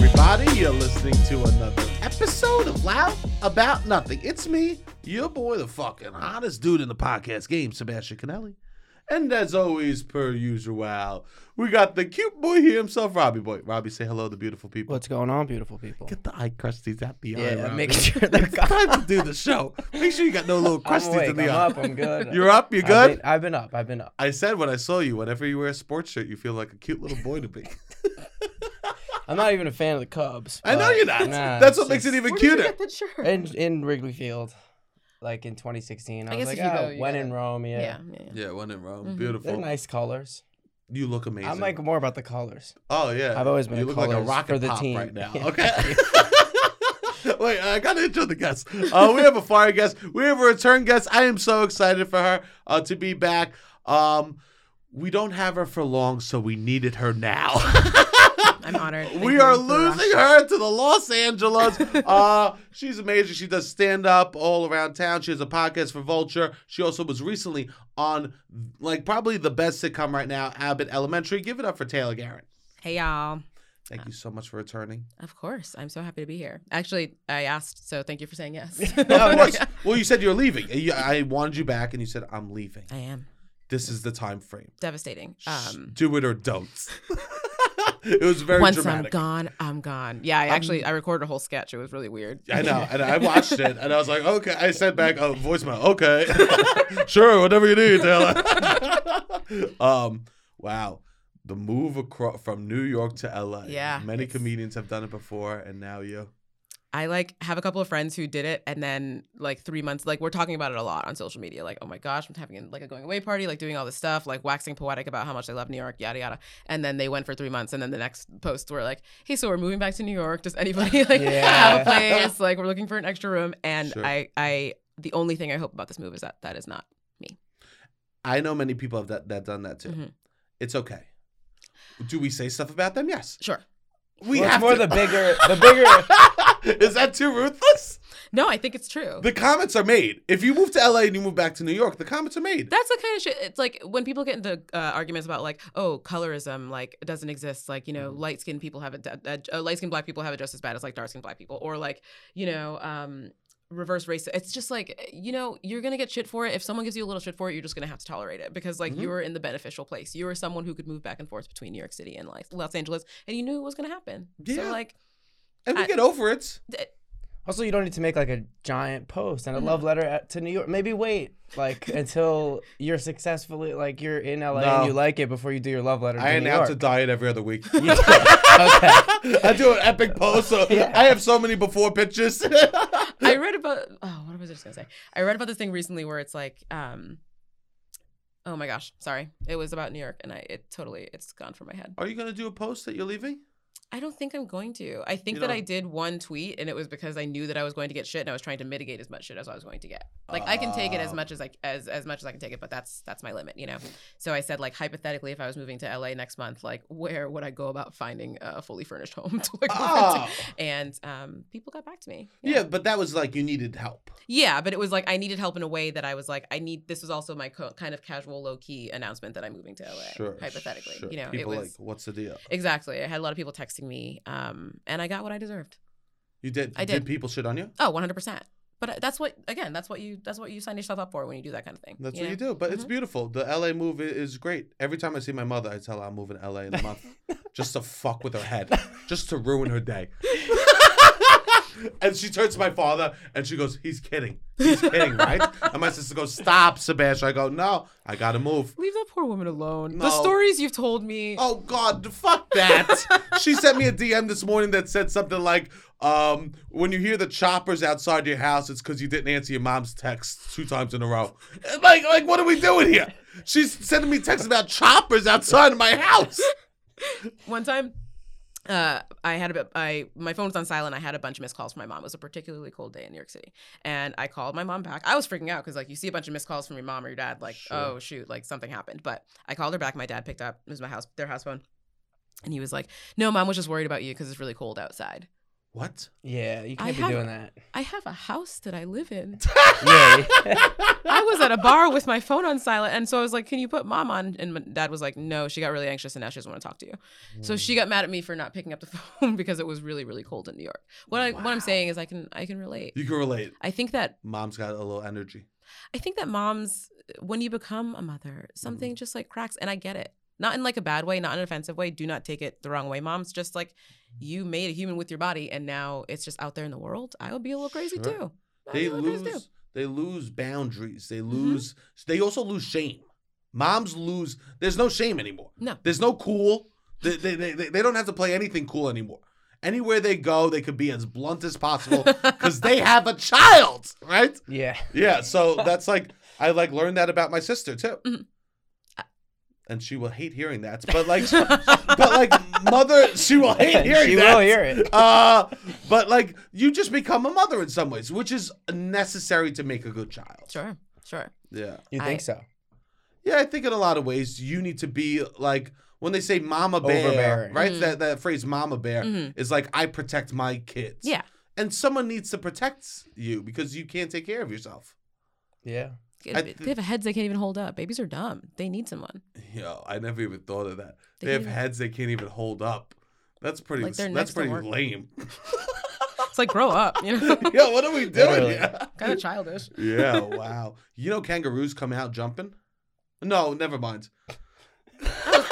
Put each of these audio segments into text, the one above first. You're listening to another episode of Loud About Nothing. It's me, your boy, the fucking hottest dude in the podcast game, Sebastian Canelli. And as always, per usual, we got the cute boy here himself, Robbie Boy. Robbie, say hello to the beautiful people. What's going on, beautiful people? Get the eye crusties out the eye. yeah, Robbie. making sure they're It's gone. time to do the show. Make sure you got no little I'm crusties awake. in the I'm eye. up. I'm good. You're up. You I've good? been, I've been up. I've been up. I said when I saw you, whenever you wear a sports shirt, you feel like a cute little boy to me. I'm not even a fan of the Cubs. I know but, you're not. nah, That's it's what makes it just- even cuter. that shirt? In in Wrigley Field, like in 2016, I, I was guess like, if you oh, go, you when get in it." Rome, yeah. yeah, yeah, yeah. Yeah, one in Rome. Mhm. Beautiful. They're nice colors. You look amazing. I'm like more about the colors. oh yeah. I've always been You a look like a colors rocket for the pop team. right now. Yeah. Okay. Wait, I gotta intro the guests. Uh, we have a fire guest. We have a return guest. I am so excited for her uh, to be back. Um, we don't have her for long, so we needed her now. I'm honored. Thank we you are for the losing rush. her to the Los Angeles. uh, she's amazing. She does stand up all around town. She has a podcast for Vulture. She also was recently on, like, probably the best sitcom right now, Abbott Elementary. Give it up for Taylor Garrett. Hey y'all. Thank you so much for returning. Of course, I'm so happy to be here. Actually, I asked, so thank you for saying yes. Of course. Well, you said you're leaving. You- I wanted you back, and you said I'm leaving. I am This is the time frame. devastating. Um, Do it or don't. it was very once dramatic. I'm gone, I'm gone. Yeah, I actually I recorded a whole sketch. It was really weird. I know, and I watched it, and I was like, okay. I sent back a voicemail. Okay, sure, whatever you need, Taylor. um, wow, the move across from New York to LA. Yeah, many it's- comedians have done it before, and now you. I like have a couple of friends who did it, and then like three months, like we're talking about it a lot on social media. Like, oh my gosh, I'm having like a going away party, like doing all this stuff, like waxing poetic about how much I love New York, yada yada. And then they went for three months, and then the next posts were like, hey, so we're moving back to New York. Does anybody like have Yeah. a place? Like, we're looking for an extra room. And Sure. I, I, the only thing I hope about this move is that that is not. I know many people have that that done that too. Mhm. It's okay. Do we say stuff about them? Yes, Sure. we Well, it's have more to. the bigger, the bigger. Is that too ruthless? No, I think it's true. The comments are made. If you move to LA and you move back to New York, the comments are made. That's the kind of shit. It's like when people get into uh, arguments about like, oh, colorism like it doesn't exist. Like you know, light skinned people have it. Uh, uh, light skinned black people have it just as bad as like dark skinned black people, or like you know, um, reverse race. It's just like eh, you know, you're gonna get shit for it. If someone gives you a little shit for it, you're just gonna have to tolerate it because like Mhm. you were in the beneficial place. You were someone who could move back and forth between New York City and like Los Angeles, and you knew it was gonna happen. Yeah. So like, and we I- get over it. Also, you don't need to make like a giant post and a love letter at, to New York. Maybe wait like until you're successfully like you're in LA No. and you like it before you do your love letter. I to New announce a York. diet every other week. You do. okay. I do an epic post. So Yeah. I have so many before pictures. I read about oh, what was I just gonna say? I read about this thing recently where it's like, um, oh my gosh, sorry, it was about New York, and I it totally it's gone from my head. Are you gonna do a post that you're leaving? I don't think I'm going to. I think You that I don't- did one tweet, and it was because I knew that I was going to get shit, and I was trying to mitigate as much shit as I was going to get. Like I can take it as Ah. much as I as as much as I can take it, but that's that's my limit, you know. So I said like hypothetically, if I was moving to LA next month, like where would I go about finding a fully furnished home to like rent? Oh. And um, people got back to me. Yeah, but that was like you needed help. Yeah, but it was like I needed help in a way that I was like, I need. This was also my co- kind of casual, low key announcement that I'm moving to LA. hypothetically, sure. you know, people it was like, what's the deal? exactly. I had a lot of people texting me, um, and I got what I deserved. You did. I did. did. people shit on you? Oh, 100. percent But that's what again. That's what you. That's what you sign yourself up for when you do that kind of thing. That's you what know? you do. But it's beautiful. The LA move i- is great. Every time I see my mother, I tell her I'm moving to LA in a month, just to fuck with her head, just to ruin her day. and she turns to my father and she goes, "He's kidding. He's kidding, right?" and my sister goes, "Stop, Sebastian." I go, "No, I gotta move." Leave that poor woman alone. No. The stories you've told me. Oh God, fuck that. she sent me a DM this morning that said something like, um, when you hear the choppers outside your house, it's because you didn't answer your mom's text two times in a row. Like, like, what are we doing here? She's sending me texts about choppers outside of my house. One time, uh, I had a bit, I my phone was on silent. I had a bunch of missed calls from my mom. It was a particularly cold day in New York City, and I called my mom back. I was freaking out because like you see a bunch of missed calls from your mom or your dad, like Sure. oh shoot, like something happened. But I called her back. My dad picked up. It was my house, their house phone, and he was like, "No, mom was just worried about you because it's really cold outside." What? Yeah, you can't be have- doing that. I have a house that I live in. Yeah, yeah. I was at a bar with my phone on silent, and so I was like, "Can you put mom on?" And my dad was like, "No." She got really anxious, and now she doesn't want to talk to you. So she got mad at me for not picking up the phone because it was really, really cold in New York. What I what Wow. I'm saying is, I can I can relate. You can relate. I think that Mom's got a little energy. I think that moms, when you become a mother, Mm-hmm. something just like cracks, and I get it. Not in like a bad way, not in an offensive way. Do not take it the wrong way, moms. Just like Mm-hmm. you made a human with your body, and now it's just out there in the world. I would be a little crazy Sure. too. I'd be They a little crazy, too. lose. They lose boundaries. They lose. They also lose shame. Moms lose. There's no shame anymore. No. There's no cool. They they, they, they they don't have to play anything cool anymore. Anywhere they go, they could be as blunt as possible because they have a child, right? yeah. Yeah. So that's like I like learned that about my sister too. Mhm. Mm-hmm. And she will hate hearing that, but like, but like, mother, she will hate hearing she that will hear it. uh, but like you just become a mother in some ways, which is necessary to make a good child. Sure, sure. Yeah. You think so? Yeah, I think in a lot of ways you need to be like when they say mama bear, Overbearing. right? Mhm. That that phrase mama bear Mhm. is like I protect my kids. Yeah. And someone needs to protect you because you can't take care of yourself. Yeah. I they th- have heads they can't even hold up. Babies are dumb. They need someone. Yo, I never even thought of that. They, They have can't- heads they can't even hold up. That's pretty. Like, their that's necks don't pretty work. lame. It's like grow up, you know. Yo, what are we doing? Literally. here? kind of childish. Yeah, wow. You know kangaroos come out jumping? No, never mind.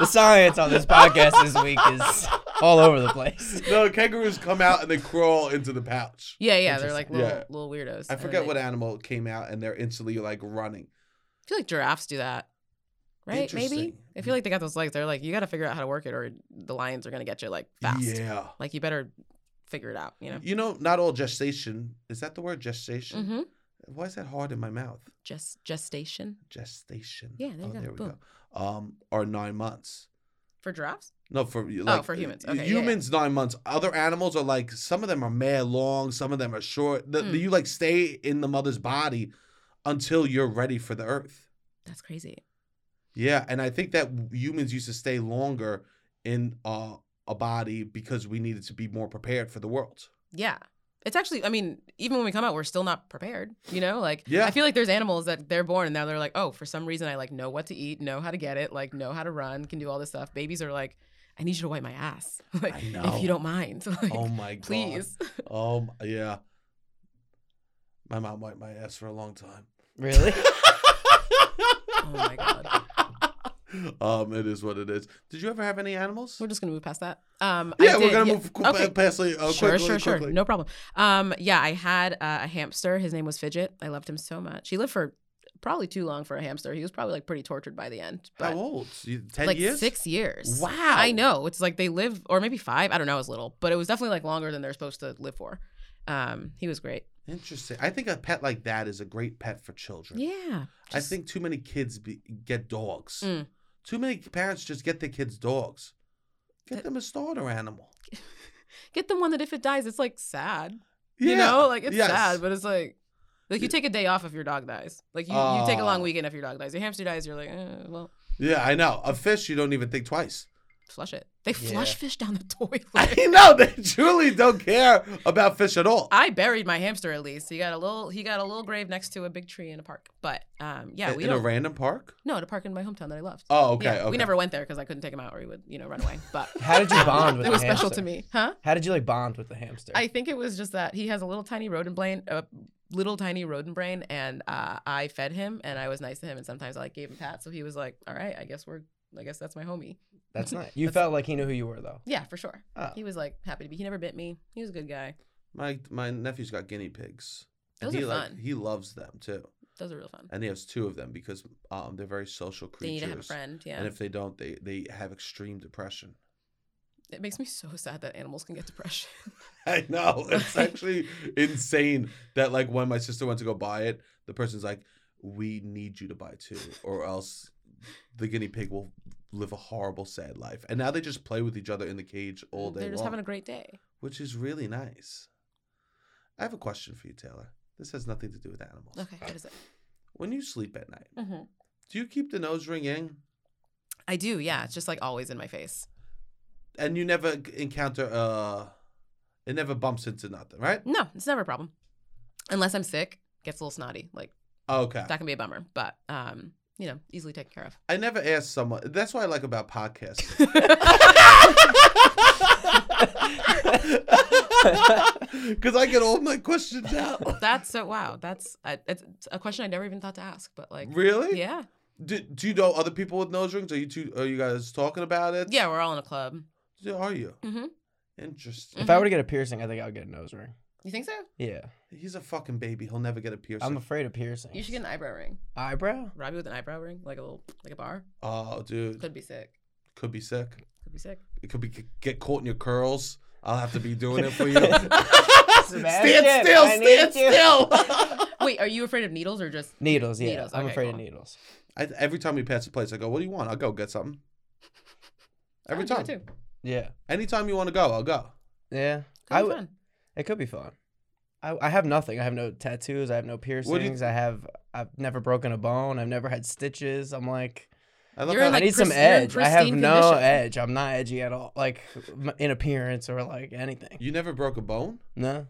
The science on this podcast this week is all over the place. No, kangaroos come out and they crawl into the pouch. Yeah, yeah. They're like little, Interesting. little weirdos. I and forget they- what animal came out and they're instantly like running. I feel like giraffes do that, right? Maybe. Interesting. I feel like they got those legs. They're like, you got to figure out how to work it, or the lions are gonna get you like fast. Yeah. Like you better figure it out. You know. You know, not all gestation is that the word gestation? Mm-hmm. Why is that hard in my mouth? Just gestation Gestation. Yeah, oh, there you go. There we Boom. go. Um, or nine months. for giraffes. No, for you, like Oh, for humans. y- Okay, yeah, yeah. humans nine months. Other animals are like some of them are mad long, some of them are short. The, Mm. You like stay in the mother's body until you're ready for the earth. That's crazy. Yeah, and I think that w- humans used to stay longer in uh, a body because we needed to be more prepared for the world. Yeah. It's actually, I mean, even when we come out, we're still not prepared. You know, like Yeah. I feel like there's animals that they're born and now they're like, oh, for some reason I like know what to eat, know how to get it, like know how to run, can do all this stuff. Babies are like, I need you to wipe my ass, like I if know. you don't mind, like, oh my god! please. Oh m- yeah. My mom wiped my ass for a long time. Really? Oh my god, um, it is what it is. Did you ever have any animals? we're just gonna move past that. Um, I yeah, we're did- gonna yeah, move qu- okay. past it. Uh, sure, quickly, sure, sure. quickly. No problem. Um, yeah, I had uh, a hamster. His name was Fidget. I loved him so much. He lived for probably too long for a hamster. He was probably like pretty tortured by the end. How but- old? You, Ten like years? six years. Wow. I know. It's like they live, or maybe five. I don't know. I was little, but it was definitely like longer than they're supposed to live for. Um, he was great. Interesting. I think a pet like that is a great pet for children. Yeah. I Just- think too many kids be, get dogs. Mm. Too many parents just get their kids dogs. Get Th- them a starter animal. get the one that if it dies, it's like sad. Yeah. You know, like it's Yes. sad, but it's like. Like you take a day off if your dog dies. Like you, you take a long Oh. weekend if your dog dies. Your hamster dies, you're like, eh, well, Yeah, I know. A fish, you don't even think twice. flush it. They flush Yeah. fish down the toilet. I know they truly don't care about fish at all. I buried my hamster at least. He got a little he got a little grave next to a big tree in a park. But um yeah, in we in a don't random park. No, at a park in my hometown that I loved. Oh, okay. Yeah, okay. We never went there because I couldn't take him out or he would, you know, run away. But How did you bond with it was the special hamster? to me, huh? How did you like bond with the hamster? I think it was just that he has a little tiny rodent brain, a little tiny rodent brain, and uh, I fed him and I was nice to him and sometimes I like gave him pats. So he was like, "All right, I guess we're, I guess that's my homie." That's nice. You felt like he knew who you were though. Yeah, for sure. Oh. Ah. He was like happy to be. He never bit me. He was a good guy. My my nephew's got guinea pigs. Those he are like fun. he loves them too, Those are real fun. and he has two of them because um they're very social They creatures. need to have a friend. Yeah, And if they don't, they they have extreme depression. it makes me so sad that animals can get depression. I know. It's actually insane that like when my sister went to go buy it, the person's like, "We need you to buy two, or else the guinea pig will live a horrible, sad life." And now they just play with each other in the cage all day They're just long, having a great day. which is really nice. I have a question for you, Taylor. This has nothing to do with animals. Okay, what is it? When you sleep at night, Mm-hmm. do you keep the nose ring in? I do. Yeah, it's just like always in my face. and you never encounter uh it never bumps into nothing, right? No, it's never a problem. Unless I'm sick, gets a little snotty. Like Okay. that can be a bummer, but um, you know, easily taken care of. I never asked someone. That's what I like about podcasts. Because I get all my questions out. That's so wow. That's a, it's a question I never even thought to ask, but like, Really? yeah, Do, do you know other people with nose rings? Are you two? Are you guys talking about it? yeah, we're all in a club. Yeah, Are you? Mhm. Interesting. If Mm-hmm. I were to get a piercing, I think I would get a nose ring. You think so? Yeah, He's a fucking baby. He'll never get a piercing. I'm afraid of piercing. You should get an eyebrow ring. eyebrow. Robbie with an eyebrow ring, like a little, like a bar. oh, dude, Could be sick. could be sick. Could be sick. It could be get caught in your curls. I'll have to be doing it for you. stand Sebastian, still. I need Stand you. still. Wait, are you afraid of needles or just? Needles. Yeah, Needles, I'm okay, afraid of cool. needles. I, every time we pass a place, I go, "What do you want?" I'll go get something. Every I do it time. too. Yeah, Anytime you want to go, I'll go. yeah. Could be I would. fun. It could be fun. I, I have nothing. I have no tattoos. I have no you- piercings. I have. I've never broken a bone. I've never had stitches. I'm like. I love You're how I like- need some pristine- you're in edge. I have pristine no condition. edge. I'm not edgy at all, like m- in appearance or like anything. you never broke a bone. No,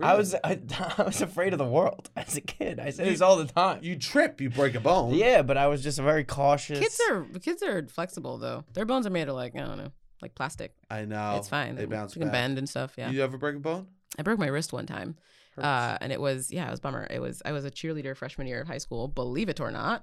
I Really? was uh, I, I was afraid of the world as a kid. I said You- this all the time. You trip, you break a bone. Yeah, but I was just very cautious. Kids are kids are flexible though. Their bones are made of like I don't know, like plastic. I know. it's fine. Oh, They bounce you can back. bend and stuff. Yeah. You ever break a bone? I broke my wrist one time. Hurts. Uh, and it was yeah, it was a bummer. It was I was a cheerleader freshman year of high school, believe it or not.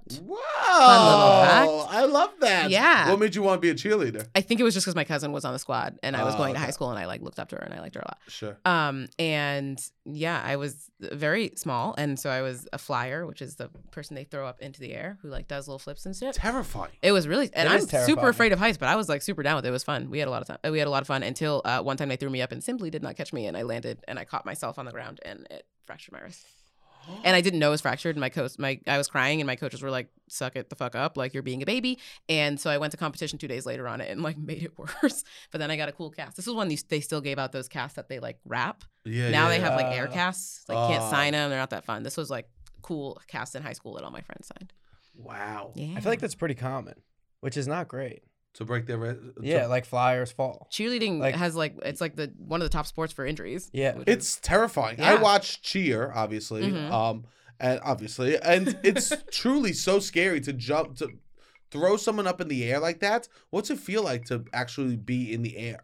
Wow! I love that. Yeah. What made you want to be a cheerleader? I think it was just because my cousin was on the squad and I was Oh, going to okay. high school and I like looked up to her and I liked her a lot. Sure. Um, and yeah, I was very small and so I was a flyer, which is the person they throw up into the air who like does little flips and shit. Terrifying. It was really, and That I'm is super terrifying. afraid of heights, but I was like super down with it. It was fun. We had a lot of time. We had a lot of fun until uh, one time they threw me up and simply did not catch me, and I landed and I caught myself on the ground and it fractured my wrist. And I didn't know it was fractured. And my coach, my I was crying, and my coaches were like, "Suck it the fuck up, like you're being a baby." And so I went to competition two days later on it and like made it worse. But then I got a cool cast. This was when these, they still gave out those casts that they like wrap. yeah. now they yeah. have like air Uh, casts. Like can't Oh. sign them. They're not that fun. This was like cool cast in high school that all my friends signed. Wow. Yeah, I feel like that's pretty common, which is not great. To break their. Re- to- Yeah, like flyers fall. cheerleading Like- has like it's like the one of the top sports for injuries. Yeah. which is- It's terrifying. I Yeah. watch cheer, obviously, Mhm. um, and obviously, and it's truly so scary to jump to throw someone up in the air like that. What's it feel like to actually be in the air?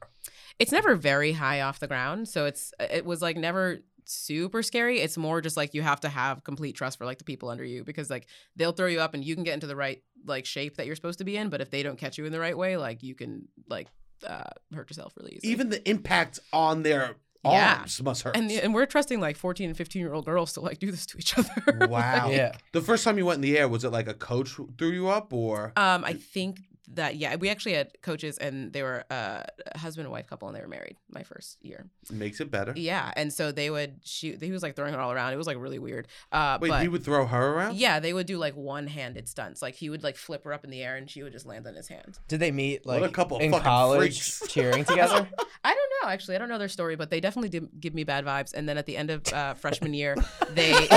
it's never very high off the ground, so it's it was like never super scary. It's more just like you have to have complete trust for like the people under you because like they'll throw you up and you can get into the right like shape that you're supposed to be in, but if they don't catch you in the right way, like you can like uh, hurt yourself really easily. Even the impact on their Yeah. arms must hurt. and, and we're trusting like 14 and 15 year old girls to like do this to each other. Wow. Like, Yeah. The first time you went in the air, was it like a coach who threw you up or? Um, I think that yeah, we actually had coaches and they were uh, a husband and wife couple and they were married my first year. makes it better. Yeah, and so they would shoot. He was like throwing her all around. It was like really weird. Uh, Wait, but he would throw her around? yeah, they would do like one-handed stunts. Like he would like flip her up in the air, and she would just land on his hand. Did they meet What like a couple of in fucking college freaks. cheering together? I don't know. Actually, I don't know their story, but they definitely did give me bad vibes. And then at the end of uh, freshman year, they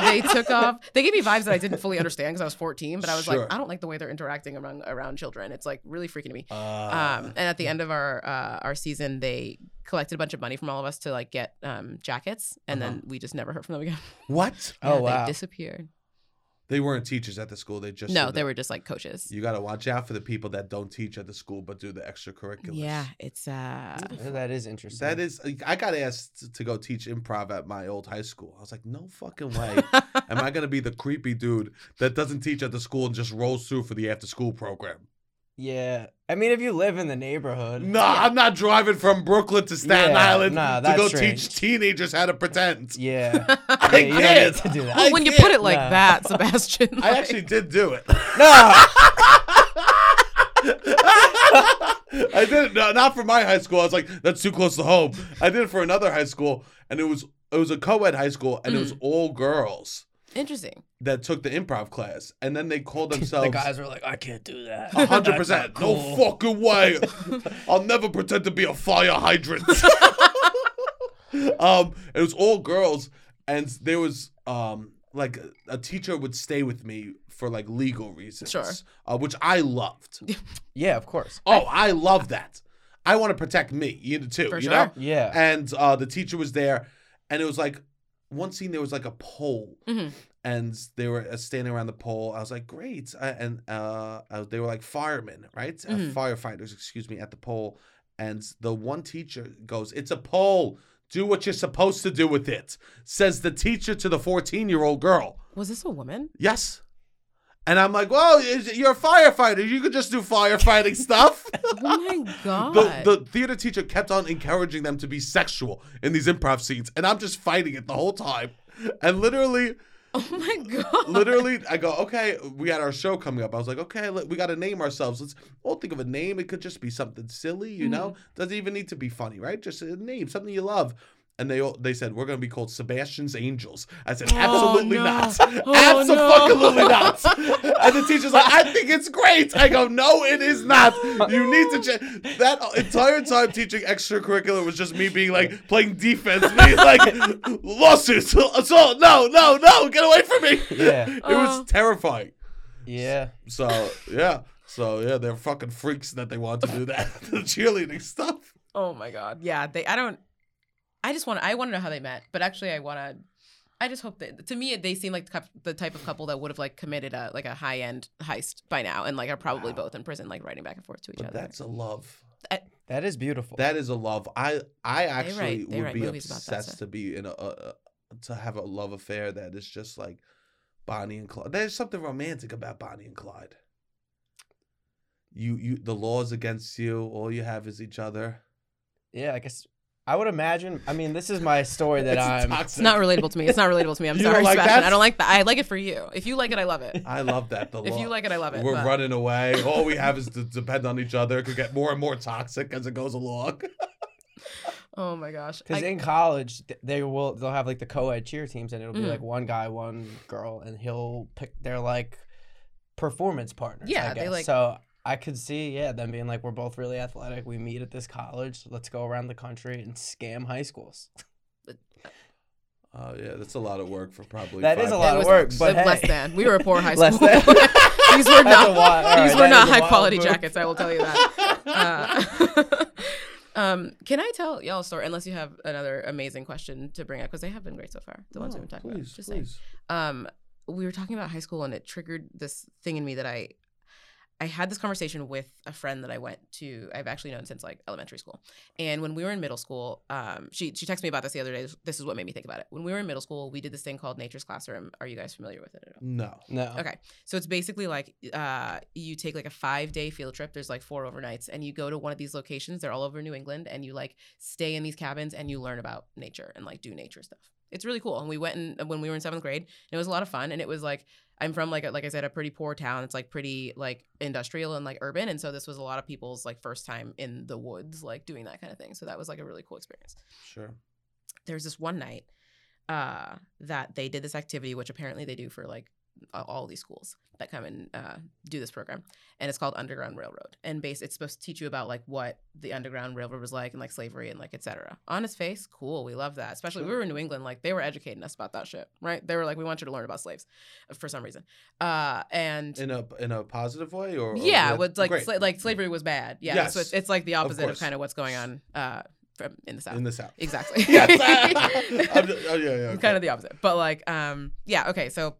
they took off. They gave me vibes that I didn't fully understand because I was 14. But I was Sure. like, I don't like the way they're interacting around around children. It's like really freaking me. Uh, um, and at the end of our uh, our season, they collected a bunch of money from all of us to like get um, jackets, and then Uh-huh. we just never heard from them again. what? oh Yeah, wow. they disappeared. They weren't teachers at the school. They just no, did they that. were just like coaches. You gotta watch out for the people that don't teach at the school but do the extracurriculars. Yeah, it's uh, that is interesting. That is, uh, I got asked to go teach improv at my old high school. I was like, no fucking way. Am I gonna be the creepy dude that doesn't teach at the school and just rolls through for the after school program? Yeah. I mean, if you live in the neighborhood. Nah, I'm not driving from Brooklyn to Staten Yeah, Island nah, to that's go strange. teach teenagers how to pretend. Yeah. I yeah you don't can't. need to do that. I well, when you can't. put it like No. that, Sebastian. I like- actually did do it. No. I did it no, not for my high school. I was like, that's too close to home. I did it for another high school, and it was it was a co-ed high school, and it Mm. was all girls interesting. that took the improv class, and then they called the themselves. guys were like, I can't do that. a hundred That's not percent. No cool." fucking way. I'll never pretend to be a fire hydrant. um, it was all girls, and there was um like a teacher would stay with me for like legal reasons, Sure. uh, which I loved. Yeah, of course. oh, I love that. I want to protect me, you know, too. For you sure. know, Yeah. and uh, the teacher was there, and it was like one scene there was like a pole, Mhm. and they were uh, standing around the pole. I was like, great, I, and uh, I was- they were like firemen, right? Uh, Mhm. firefighters, excuse me, at the pole, and the one teacher goes, "It's a pole." Do what you're supposed to do with it, says the teacher to the 14 year old girl. Was this a woman? Yes. And I'm like, well, is- you're a firefighter. You could just do firefighting stuff. Oh my god. The, the theater teacher kept on encouraging them to be sexual in these improv scenes, and I'm just fighting it the whole time. And literally, oh my god. literally, I go, okay, we got our show coming up. I was like, okay, let- we got to name ourselves. Let's all think of a name. It could just be something silly, you know. Mm-hmm. Doesn't even need to be funny, right? Just a name, something you love. And they all, they said we're gonna be called Sebastian's Angels. I said Oh, absolutely no. not, Oh, absolutely no. not. And the teacher's like, I think it's great. I go, no, it is not. You need to change. That entire time teaching extracurricular was just me being like playing defense, being like lawsuits, assault. No, no, no, get away from me. Yeah. It Oh. was terrifying. Yeah. So yeah, so yeah, they're fucking freaks that they want to do that the cheerleading stuff. Oh my god. Yeah, they I don't I just want to I want to know how they met, but actually I want to I just hope that to me they seem like the, cou- the type of couple that would have like committed a like a high-end heist by now and like are probably both in prison like writing back and forth to each But other. that's a love. That is beautiful. That is a love. I I write- actually they would write be movies about that obsessed stuff. to be in a, a, a to have a love affair that is just like Bonnie and Clyde. There's something romantic about Bonnie and Clyde. You you the laws against you. All you have is each other. yeah, I guess I would imagine. I mean, this is my story that It's I'm. toxic. it's not relatable to me. It's not relatable to me. I'm You don't sorry, like Sebastian. that? I don't like that. I like it for you. If you like it, I love it. I love that. The If law- you like it, I love it. We're but- running away. All we have is to depend on each other. It could get more and more toxic as it goes along. Oh my gosh. Because I- in college, th- they will they'll have like the co-ed cheer teams, and it'll be Mhm. like one guy, one girl, and he'll pick their like performance partners. Yeah, I they, guess. like- so. I could see, yeah, them being like, we're both really athletic. We meet at this college. Let's go around the country and scam high schools. Oh yeah, that's a lot of work for probably. That five is a That lot was of work, but less hey. than. We were a poor high Less school. than. these were That's a not. wild- all right, these were that not is a wild high quality move. jackets. I will tell you that. Uh, um, can I tell y'all a story? Unless you have another amazing question to bring up, because they have been great so far. The Oh, ones No, we've talked about. please, Just saying. please. Um, we were talking about high school, and it triggered this thing in me that I. I had this conversation with a friend that I went to. I've actually known since like elementary school. And when we were in middle school, um, she she texted me about this the other day. This is what made me think about it. When we were in middle school, we did this thing called Nature's Classroom. Are you guys familiar with it at all? No. No. Okay. So it's basically like uh, you take like a five day field trip. There's like four overnights, and you go to one of these locations. They're all over New England, and you like stay in these cabins and you learn about nature and like do nature stuff. It's really cool. And we went in when we were in seventh grade, and it was a lot of fun. And it was like I'm from like a, like I said, a pretty poor town. It's like pretty like industrial and like urban, and so this was a lot of people's like first time in the woods, like doing that kind of thing. So that was like a really cool experience Sure. there's this one night uh, that they did this activity, which apparently they do for like a- all these schools that come and uh, do this program, and it's called Underground Railroad. And base, it's supposed to teach you about like what the Underground Railroad was like and like slavery and like etc. On his face, cool, we love that. Especially we Sure. were in New England, like they were educating us about that shit, right? They were like, we want you to learn about slaves, uh, for some reason. Uh, and In a in a positive way or or yeah, with- with like Great. sla- like slavery was bad. Yeah, so Yes. it's, it's like the opposite of, course. kind of what's going on uh, from in the south. in the south. exactly. yes. I'm just- oh yeah, yeah. okay. kind of the opposite. But like, um, yeah, okay. So,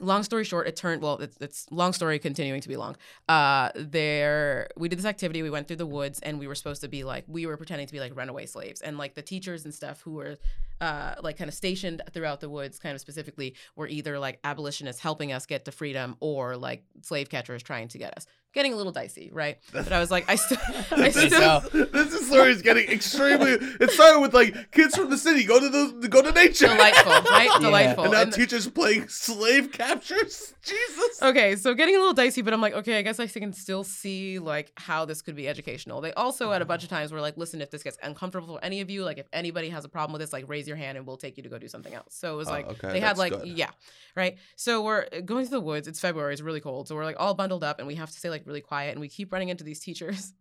long story short, it turned well. It's, it's long story continuing to be long. Uh, there, we did this activity. We went through the woods, and we were supposed to be like, we were pretending to be like runaway slaves, and like the teachers and stuff who were, uh, like kind of stationed throughout the woods, kind of specifically, were either like abolitionists helping us get to freedom, or like slave catchers trying to get us. Getting a little dicey, right? But I was like, I still, I This, still. So- is, this is story is getting extremely. It started with like kids from the city go to the go to nature, Delightful, right? Delightful. and now And- teachers playing slave captures. Jesus. Okay, so getting a little dicey, but I'm like, okay, I guess I can still see like how this could be educational. They also Uh-huh. at a bunch of times were like, listen, if this gets uncomfortable for any of you, like if anybody has a problem with this, like raise your hand and we'll take you to go do something else. So it was Oh, like okay, they had that's like good. yeah, right. So we're uh, going through the woods. It's February. It's really cold. So we're like all bundled up and we have to stay like really quiet and we keep running into these teachers.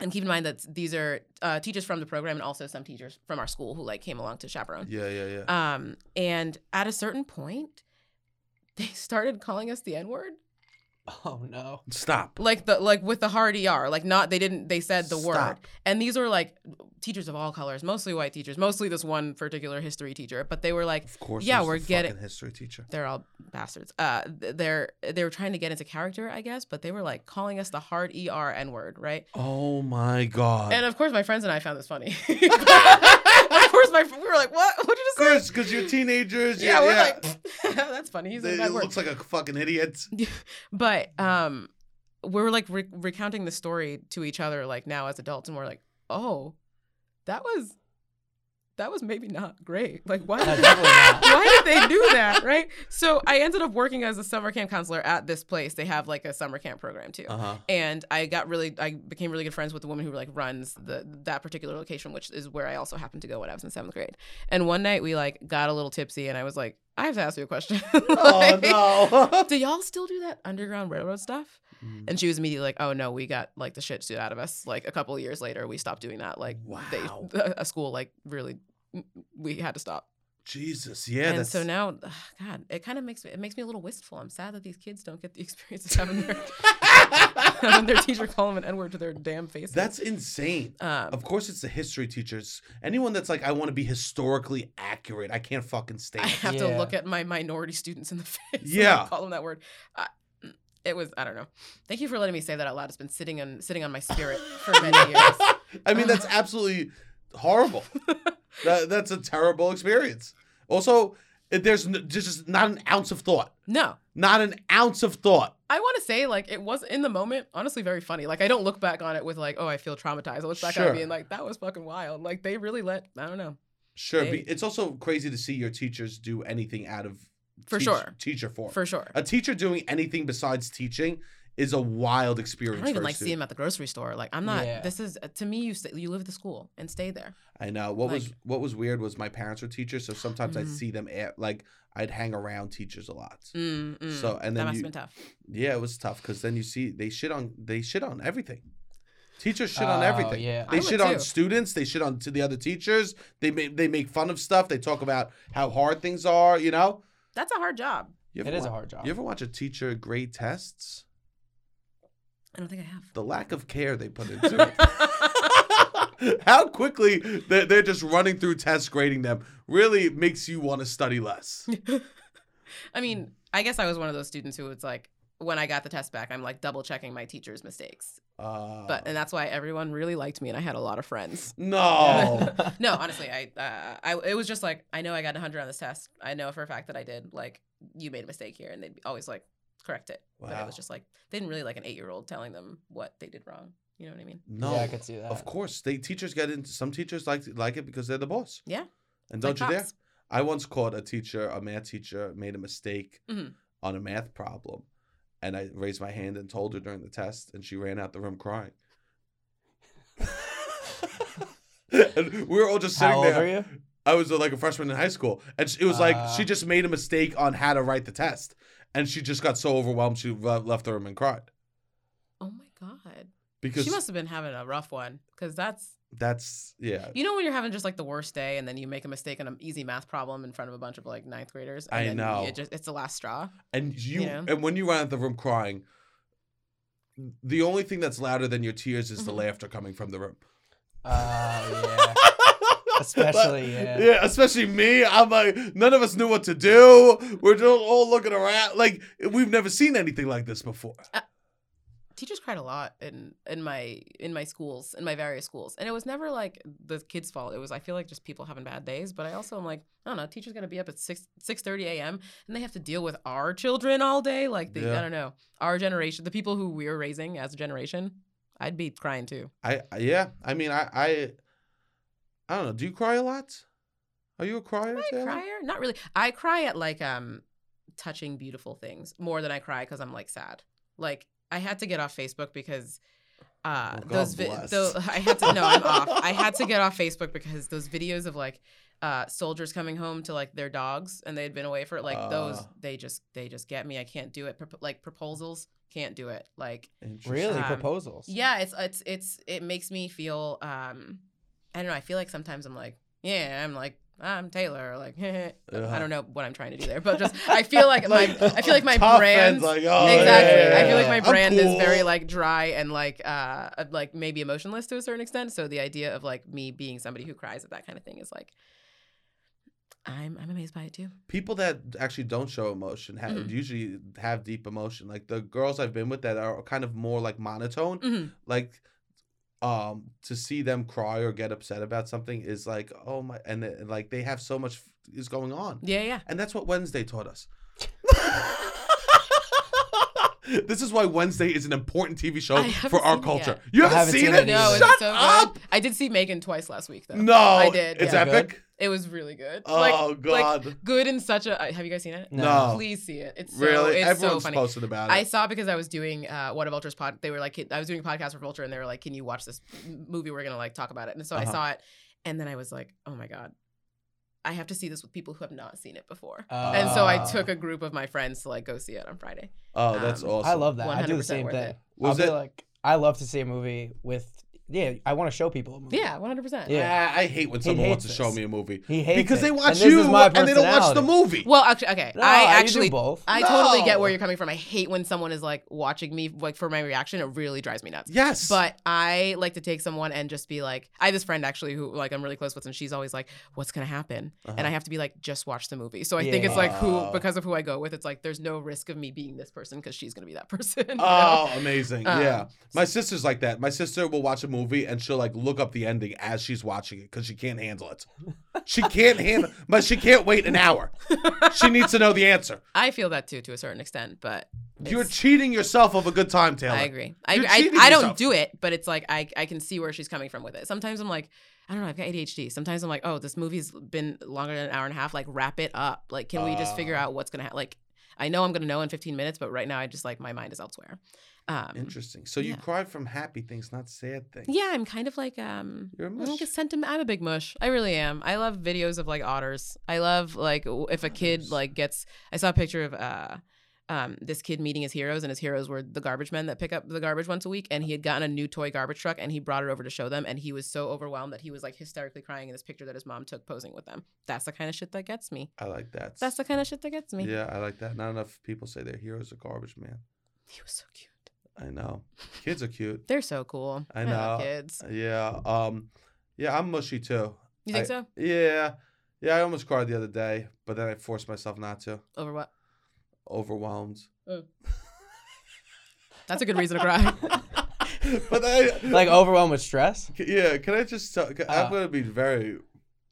and keep in mind that these are uh, teachers from the program and also some teachers from our school who like came along to chaperone. Yeah, yeah, yeah. Um, and at a certain point, they started calling us the N word, Oh no. Stop. like the like with the hard er, like not they didn't they said the word. Stop. And these were like teachers of all colors, mostly white teachers, mostly this one particular history teacher, but they were like Of course. Yeah, it was we're the getting- fucking history teacher. they're all bastards. Uh, th- they're they were trying to get into character, I guess, but they were like calling us the hard er n word, right? Oh my god. And of course, my friends and I found this funny. of course, my fr- we were like, "What? What did you course, say?" because you're teenagers. Yeah, Yeah, we're yeah. like, "That's funny." He's They- a it bad word. looks like a fucking idiot. but um, we were like re- recounting the story to each other, like now as adults, and we're like, "Oh, that was." That was maybe not great. Like, why? No, did- definitely not. why did they do that right so i ended up working as a summer camp counselor at this place they have like a summer camp program too Uh huh. and i got really i became really good friends with the woman who like runs the that particular location which is where i also happened to go when i was in seventh grade and one night we like got a little tipsy and i was like i have to ask you a question Oh Like, no. do y'all still do that underground railroad stuff Mm. and she was immediately like oh no we got like the shit suit out of us like a couple of years later we stopped doing that like Wow. they a school like really we had to stop Jesus. Yeah. and that's... so now, ugh, God, it kind of makes me, it makes me a little wistful. I'm sad that these kids don't get the experience of having their, having their teacher call them an N word to their damn faces. That's insane. um, Of course, it's the history teachers. Anyone that's like, I want to be historically accurate. I can't fucking I stand. it. have to Yeah. look at my minority students in the face. and, like, Yeah. call them that word. I, mm, it was I don't know. Thank you for letting me say that out loud. It's been sitting on sitting on my spirit for many years. I mean, that's absolutely horrible. that, that's a terrible experience. Also, it- there's n- just just not an ounce of thought. No. Not an ounce of thought. I want to say, like, it was in the moment, honestly, very funny. Like, I don't look back on it with, like, oh, I feel traumatized. I look back on Sure. it being like, that was fucking wild. Like, they really let, I don't know. Sure, be, Maybe. it's also crazy to see your teachers do anything out of For teach- sure. teacher form. For sure. a teacher doing anything besides teaching is a wild I experience. don't even for a like see him student. at the grocery store. Like I'm not. Yeah. This is to me. You stay, you live at the school and stay there. I know what was like- what was weird was my parents were teachers, so sometimes I'd Mhm. see them at, like I'd hang around teachers a lot. Mm, mm. So and that then must you, have been tough. yeah, it was tough because then you see they shit on they shit on everything. Teachers shit on Oh, everything. yeah. I They would shit on too. students. They shit on to the other teachers. They make they make fun of stuff. They talk about how hard things are. You know. That's a hard job. You It is a wa- hard job. You ever watch a teacher grade tests? I don't think I have. The lack of care they put into it. How quickly they're, they're just running through tests, grading them, really makes you want to study less. I mean, I guess I was one of those students who was like, when I got the test back, I'm like double checking my teacher's mistakes. Uh, But and that's why everyone really liked me, and I had a lot of friends. no. No, honestly, I, uh, I it was just like I know I got 100 on this test. I know for a fact that I did. Like you made a mistake here, and they'd always like correct it. But it Wow. was just like they didn't really like an eight year old telling them what they did wrong. You know what I mean? No. Yeah, I could see that. Of course, they teachers get into some teachers like like it because they're the boss. Yeah. And It's like don't you dare. cops. I once caught a teacher, a math teacher, made a mistake Mhm. on a math problem, and I raised my hand and told her during the test, and she ran out the room crying. and we were all just sitting How old there. are you? I was uh, like a freshman in high school, and she, it was like Ah. she just made a mistake on how to write the test, and she just got so overwhelmed she le- left the room and cried Oh my god. because she must have been having a rough one because that's that's yeah. you know when you're having just like the worst day and then you make a mistake on an easy math problem in front of a bunch of like ninth graders. And I then know. It just, it's the last straw. And you Yeah. and when you ran out the room crying, the only thing that's louder than your tears is the Mhm. laughter coming from the room. Oh yeah. Especially, yeah. yeah, especially me. I'm like, none of us knew what to do. We're just all looking around. Like, we've never seen anything like this before. Teachers cried a lot in in my in my schools in my various schools, and it was never like the kids' fault. It was I feel like just people having bad days. But I also am like I don't know. Teachers gonna be up at six six thirty a.m. and they have to deal with our children all day. Like the, Yeah. I don't know our generation, the people who we're raising as a generation. I'd be crying too. I I- yeah. I mean, I I I don't know. Do you cry a lot? Are you a crier? Am I a Taylor? crier? Not really. I cry at like um touching beautiful things more than I cry because I'm like sad. Like I had to get off Facebook because uh Well, God those vi- bless. tho- I had to no I'm off. I had to get off Facebook because those videos of like uh soldiers coming home to like their dogs and they had been away for like those Ah. they just they just get me. I can't do it. Propo- like proposals. can't do it. Like Really? Um, Proposals? yeah, it's it's it's it makes me feel um I don't know, I feel like sometimes I'm like, yeah, I'm like I'm Taylor, or like I don't know what I'm trying to do there, but just I feel like my I feel like my Tough brand fans like, "Oh, exactly. yeah, I feel like my I'm brand is very cool." like dry and like uh uh, like maybe emotionless to a certain extent. So the idea of like me being somebody who cries at that kind of thing is like I'm I'm amazed by it too. people that actually don't show emotion ha- Mhm. usually have deep emotion. Like the girls I've been with that are kind of more like monotone. Mhm. Like, um, to see them cry or get upset about something is like, oh my, and it- like they have so much f- is going on, Yeah, yeah. and that's what Wednesday taught us. this is why Wednesday is an important TV show I haven't for our seen it culture. yet. You haven't, haven't seen, seen it? it No, either. Shut it's so up! good. I did see Megan twice last week though. No, I did. It's yeah. good? epic. It was really good. Like- oh Like, God! good in such a. I- Have you guys seen it? No. no, Please see it. It's so, really, It's everyone's so funny. posted about it. I saw it because I was doing uh, one of Vulture's pod. They were like, I was doing a podcast for Vulture, and they were like, "Can you watch this m- movie? We're gonna like talk about it." And so Uh-huh. I saw it, and then I was like, "Oh my god, I have to see this with people who have not seen it before." and so I Ah. Oh. took a group of my friends to like go see it on Friday. oh, that's um, I awesome. I love that. I do the 100% same worth thing. it. Was I'll it- be like, I love to see a movie with. Yeah, I want to show people a movie. Yeah, one hundred percent. Yeah. Yeah, I hate when He someone wants hates to show us. me a movie He hates because it. they And watch this is you my and they don't watch the personality. movie. Well, actually, okay. No, I you do actually both. I totally get No. where you're coming from. I hate when someone is like watching me like for my reaction. It really drives me nuts. yes, But I like to take someone and just be like, I have this friend actually who like I'm really close with, and she's always like, "What's gonna happen?" Uh-huh. And I have to be like, "Just watch the movie." So I think it's like Yeah. who because of who I go with, it's like there's no risk of me being this person because she's gonna be that person. you know? oh, amazing. Um, yeah, my sister's like that. My sister will watch a movie and she'll like look up the ending as she's watching it because she can't handle it. She can't handle, but she can't wait an hour. She needs to know the answer. I feel that too to a certain extent, but You're it's- cheating yourself of a good time, Taylor. I agree. I, You're I, cheating I don't yourself. do it, but it's like I, I can see where she's coming from with it. Sometimes I'm like, I don't know, I've got ADHD. Sometimes I'm like, oh, this movie's been longer than an hour and a half. Like, wrap it up. Like, can we just figure Ah. out what's gonna happen? Like, I know I'm gonna know in 15 minutes, but right now I just like my mind is elsewhere. Um, Interesting. So you Yeah. cry from happy things, not sad things. yeah, I'm kind of like um, You're a I'm like a mush. sentiment. I'm a big mush. I really am. I love videos of like otters. I love like w- if a kid Otters. like gets. I saw a picture of uh, um, this kid meeting his heroes, and his heroes were the garbage men that pick up the garbage once a week. And he had gotten a new toy garbage truck, and he brought it over to show them. And he was so overwhelmed that he was like hysterically crying in this picture that his mom took posing with them. That's the kind of shit that gets me. I like that. That's the kind of shit that gets me. Yeah, I like that. Not enough people say their heroes are garbage, man. He was so cute. I know. Kids are cute. They're so cool. I love know. kids. Yeah. Um. Yeah, I'm mushy too. You think I- so? Yeah. Yeah, I almost cried the other day, but then I forced myself not to. Over what? Overwhelmed. That's a good reason to cry. but I Like overwhelmed with stress. c- yeah, can I just tell c- I'm Uh. going to be very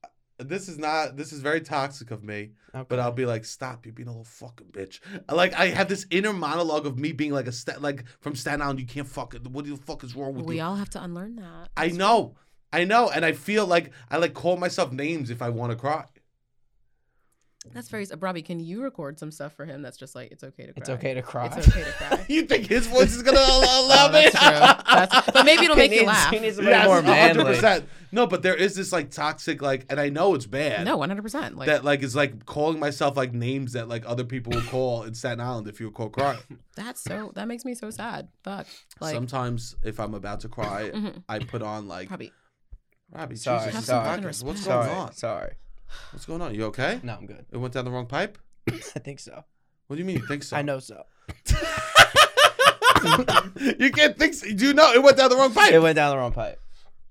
uh, this is not this is very toxic of me, but I'll be like stop, you're being a little fucking bitch. Like I have this inner monologue of me being like a sta- like from Staten Island, you can't fuck what the fuck is wrong with we you? all have to unlearn that. I know. I know, and I feel like I like call myself names if I want to cry. That's very. Robbie, can you record some stuff for him? That's just like it's okay to cry. It's okay to cry. It's okay to cry. You think his voice is gonna allow allow Oh, me? that's true. That's- but maybe it'll He make you needs- laugh. He needs somebody Yes, more a hundred manly. percent. No, but there is this like toxic like, and I know it's bad. No, one hundred percent. Like that like is like calling myself like names that like other people would call in Staten Island if you were called crying. that's so. That makes me so sad. Fuck. Like Sometimes if I'm about to cry, Mhm. I put on like probably. Robbie, Sorry, Jesus, this is a sorry. Have podcast. some what's fucking going Sorry, Mm. on? sorry. What's going on? You okay? No, I'm good. It went down the wrong pipe. I think so. What do you mean you think so? I know so. you can't think. So. Do you know it went down the wrong pipe? It went down the wrong pipe.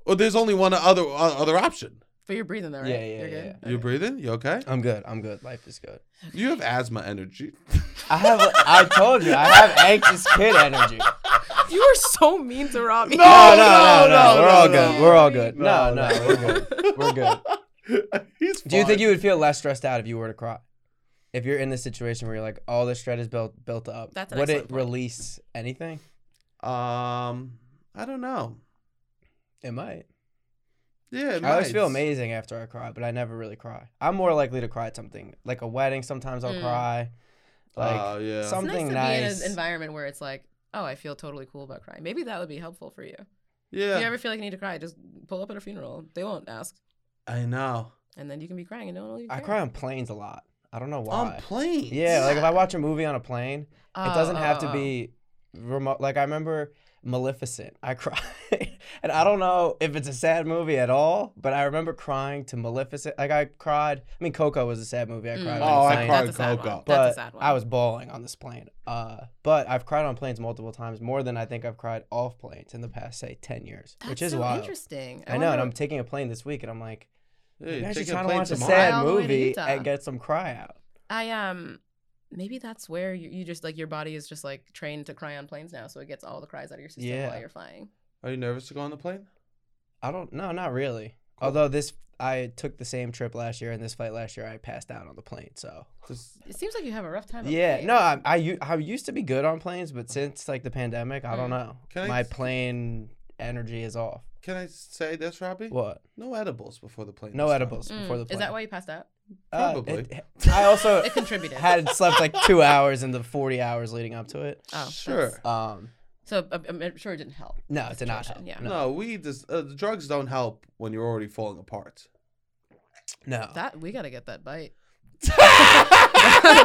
well, there's only one other uh, other option. But you're breathing though, right? Yeah, yeah, You're yeah, good? You breathing? You okay? I'm good. I'm good. Life is good. You have asthma energy. I have. I told you. I have anxious kid energy. You are so mean to Robbie. No, No, no, no, no, no. no, we're all no, good. no. We're all No, good. No, no, no. we're good. We're good. He's Do you fine. think you would feel less stressed out if you were to cry? If you're in this situation where you're like, all the stress is built built up, That's an would excellent it point. release anything? Um, I don't know. It might. Yeah, it I always might. feel amazing after I cry, but I never really cry. I'm more likely to cry at something like a wedding. Sometimes I'll Mm. cry. Like Oh, yeah. It's nice to something be nice. in an environment where it's like, oh, I feel totally cool about crying. Maybe that would be helpful for you. yeah, If you ever feel like you need to cry, just pull up at a funeral. They won't ask, I know. and then you can be crying, and no one will. even I care. cry on planes a lot. I don't know why. On planes. yeah, like if I watch a movie on a plane, Oh, it doesn't have oh, to oh. be remote. Like I remember Maleficent. I cried, and I don't know if it's a sad movie at all, but I remember crying to Maleficent. Like I cried. I mean, Coco was a sad movie. I Mm. cried. on Oh, the I plane, cried That's a sad Coco. one. But That's a sad one. I was bawling on this plane. Uh, but I've cried on planes multiple times, more than I think I've cried off planes in the past, say, ten years, That's which is so wild. interesting. I know, and wonder- I'm taking a plane this week, and I'm like, Yeah, maybe I should take a try to plane watch a tomorrow. sad All the way to movie Utah. and get some cry out. I um maybe that's where you, you just like your body is just like trained to cry on planes now, so it gets all the cries out of your system Yeah. while you're flying. Are you nervous to go on the plane? I don't. No, not really. Although this, I took the same trip last year, and this flight last year, I passed out on the plane. So Just- It seems like you have a rough time. on yeah, planes. no, I, I u- I used to be good on planes, but since like the pandemic, I Mm. don't know. Can I My s- plane energy is off. Can I say this, Robbie? What? No edibles before the plane. No this time. edibles Mm, before the plane. Is that why you passed out? Uh, Probably. it- I also It contributed. had slept like two hours in the forty hours leading up to it. Oh, sure. that's- Um, So I'm, I'm- I'm sure it didn't help. no, it did not help. Situation, yeah. No, No, we just uh, drugs don't help when you're already falling apart. no. That we gotta get that bite.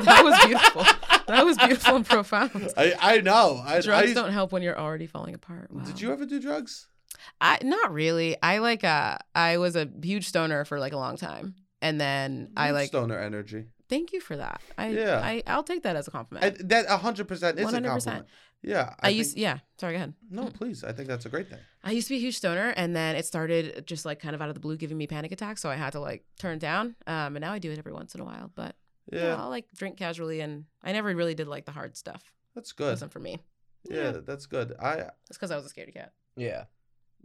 that was beautiful. That was beautiful and profound. I, I know. I, Drugs I- don't help when you're already falling apart. Wow. Did you ever do drugs? I not really. I like uh I was a huge stoner for like a long time. And then I You're like stoner energy. thank you for that. I Yeah. I I'll take that as a compliment. I, that 100% is a 100%. compliment. Yeah. I, think- used yeah, sorry, go ahead. No, please. I think that's a great thing. I used to be a huge stoner and then it started just like kind of out of the blue giving me panic attacks, so I had to like turn it down. Um and now I do it every once in a while, but Yeah, yeah, I'll like drink casually and I never really did like the hard stuff. that's It good. wasn't for me. Yeah, that's good. I It's because I was a scaredy cat. Yeah.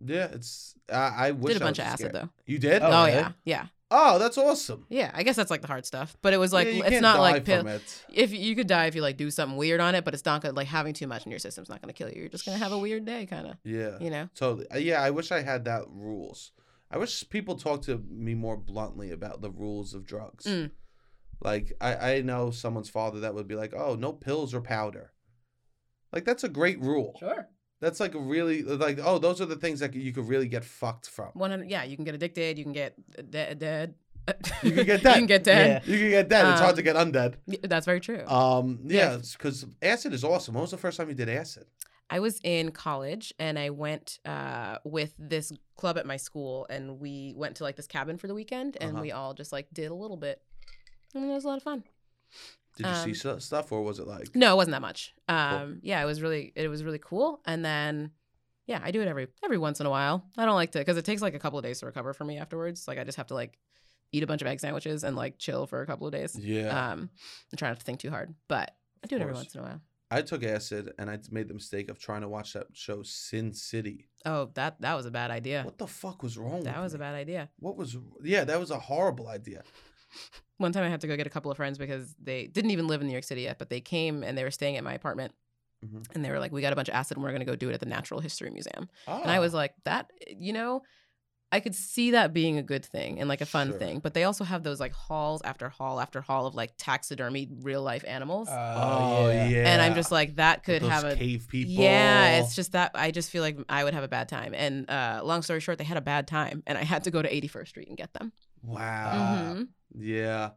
yeah, it's I, I wish did a I bunch was of acid scared. though. You did? Oh, Oh, really? yeah, yeah, Oh, that's awesome. yeah. I guess that's like the hard stuff, but it was like Yeah, you it's can't not die like pill- from it. if you could die if you like do something weird on it, but it's not gonna like having too much in your system's not gonna kill you. You're just gonna have a weird day, kind of. Yeah. You know? Totally. Uh, Yeah, I wish I had that rules. I wish people talk to me more bluntly about the rules of drugs. Mm. Like I, I know someone's father that would be like, "Oh, no pills or powder." Like that's a great rule. Sure. That's like a really like oh, those are the things that you could really get fucked from. One hundred. Yeah, you can get addicted. You can get de- dead. You can get you dead. can get dead. You can get dead. it's hard Um, to get undead. Y- That's very true. Um, Yeah. yeah, because acid is awesome. When was the first time you did acid? I was in college and I went uh, with this club at my school and we went to like this cabin for the weekend and Uh-huh. we all just like did a little bit. And it was a lot of fun. Did you see Um, stu- stuff or was it like? No, it wasn't that much. Um, Yeah, it was really it was really cool. And then, yeah, I do it every every once in a while. I don't like to because it takes like a couple of days to recover for me afterwards. Like I just have to like eat a bunch of egg sandwiches and like chill for a couple of days. Yeah, Um, and try not to think too hard, but I do it every course. once in a while. I took acid and I made the mistake of trying to watch that show Sin City. Oh, that that was a bad idea. What the fuck was wrong? That with was a me? bad idea. What was? Yeah, that was a horrible idea. One time I had to go get a couple of friends because they didn't even live in New York City yet, but they came and they were staying at my apartment. Mhm. And they were like, "We got a bunch of acid, and we're gonna go do it at the Natural History Museum." Oh. And I was like, that, you know, I could see that being a good thing and like a fun Sure. thing. But they also have those like halls after hall after hall of like taxidermy real life Uh, animals. oh yeah. And I'm just like, that With could have those a. cave people. Yeah, it's just that I just feel like I would have a bad time. And uh, long story short, they had a bad time, and I had to go to 81st Street and get them. wow. Ah. Mhm. Yeah,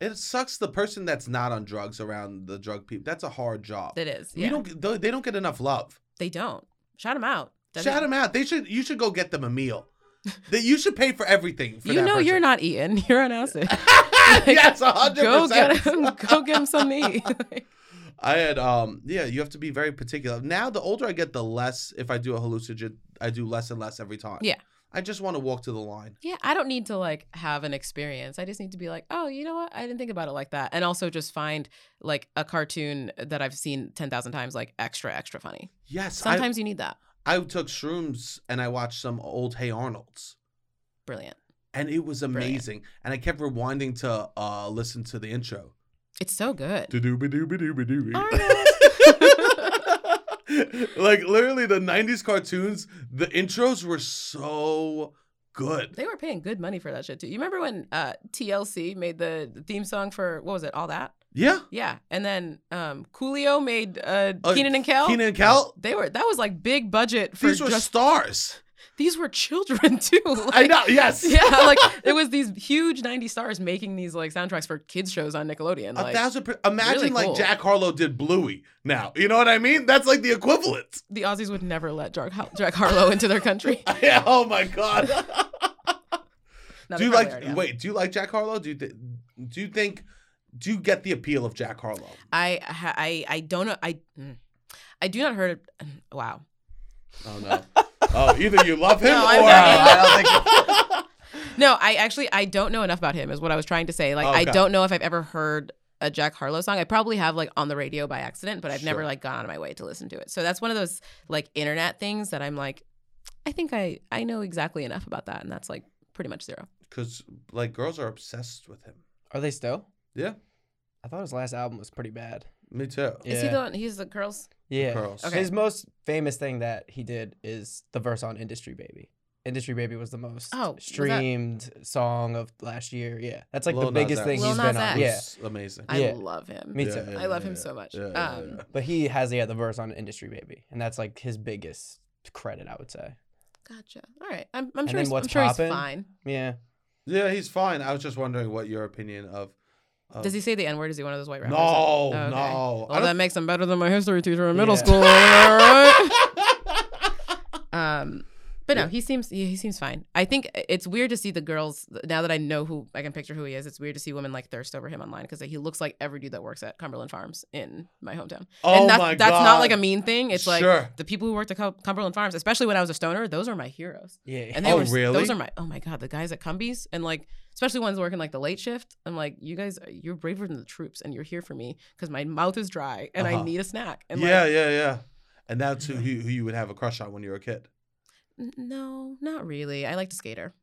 it sucks. The person that's not on drugs around the drug people. That's a hard job. It is. We Yeah. don't. get- They they don't get enough love. They don't. Shout them out. Shout 'em Shout them out. They should. You should go get them a meal. that you should pay for everything. For You that know you're person. not eating. You're on acid. yes, hundred go get percent. him. Go get him some to eat. I had um yeah, you have to be very particular. Now the older I get, the less if I do a hallucinogen, I do less and less every time. Yeah. I just want to walk to the line. Yeah, I don't need to like have an experience. I just need to be like, oh, you know what? I didn't think about it like that. And also just find like a cartoon that I've seen 10,000 times, like extra, extra funny. Yes, Sometimes you need that. I, I took shrooms and I watched some old Hey Arnold's, Brilliant. and it was Brilliant. amazing. And I kept rewinding to uh listen to the intro. It's so good. Arnold. like literally the '90s cartoons, the intros were so good. They were paying good money for that shit too. You remember when uh, TLC made the theme song for, what was it, All That? Yeah, Yeah. And then um, Coolio made uh, Uh, Keenan and Kel. Keenan and Kel. They were, that was like big budget for These were just stars. these were children too. Like, I know. Yes. Yeah, like it was these huge 90 stars making these like soundtracks for kids shows on Nickelodeon. A Like thousand. Per- imagine really like cool. Jack Harlow did Bluey. Now you know what I mean. That's like the equivalent. the Aussies would never let Jack, Har- Jack Harlow into their country. Yeah, oh my god. do No, they you probably like? already have. Wait. Do you like Jack Harlow? Do you th- do you think? Do you get the appeal of Jack Harlow? I ha- I I don't know. I mm. I do not heard. mm, Wow. Oh no. oh, either you love him No, I'm or. uh, not- I don't think. No, I actually I don't know enough about him is what I was trying to say. Like I Okay. don't know if I've ever heard a Jack Harlow song. I probably have like on the radio by accident, but I've never Sure. like gone out of my way to listen to it. So that's one of those like internet things that I'm like, I think I I know exactly enough about that, and that's like pretty much zero. Because like girls are obsessed with him. Are they still? Yeah. I thought his last album was pretty bad. Me too. Yeah. Is he the one? He's the girls. Yeah. Curls. Okay. His most famous thing that he did is the verse on Industry Baby. Industry Baby was the most Oh, was that- streamed song of last year. Yeah. That's like Lil the Nas biggest X. thing Lil he's Nas been on. X. Yeah. It's amazing. I Yeah. love him. Me Yeah, too. yeah, I love yeah, him yeah. so much. Yeah, yeah, um, yeah. But he has yeah, the verse on Industry Baby. And that's like his biggest credit, I would say. Gotcha. All right. I'm, I'm sure, then he's, What's I'm sure he's Poppin'? fine. Yeah. Yeah, he's fine. I was just wondering what your opinion of. of Does he say the N word? Is he one of those white rappers? Oh. No, Oh, okay. no. I Well, that don't- makes him better than my history teacher in middle Yeah. school. um, but no, Yeah. he seems he, he seems fine. I think it's weird to see the girls now that I know who I can picture who he is. It's weird to see women like thirst over him online because he looks like every dude that works at Cumberland Farms in my hometown. Oh and that's, my that's not like a God. mean thing. It's Sure. like the people who worked at Cum- Cumberland Farms, especially when I was a stoner, those are my heroes. Yeah. And they Oh, were s- really? Those are my oh my god, the guys at Cumbies and like especially ones working like the late shift. I'm like, you guys, uh, you're braver than the troops, and you're here for me because my mouth is dry and Uh-huh. I need a snack. And Yeah, like, yeah, yeah. And that's who, who who you would have a crush on when you were a kid. "N- no, not really. I liked a skater,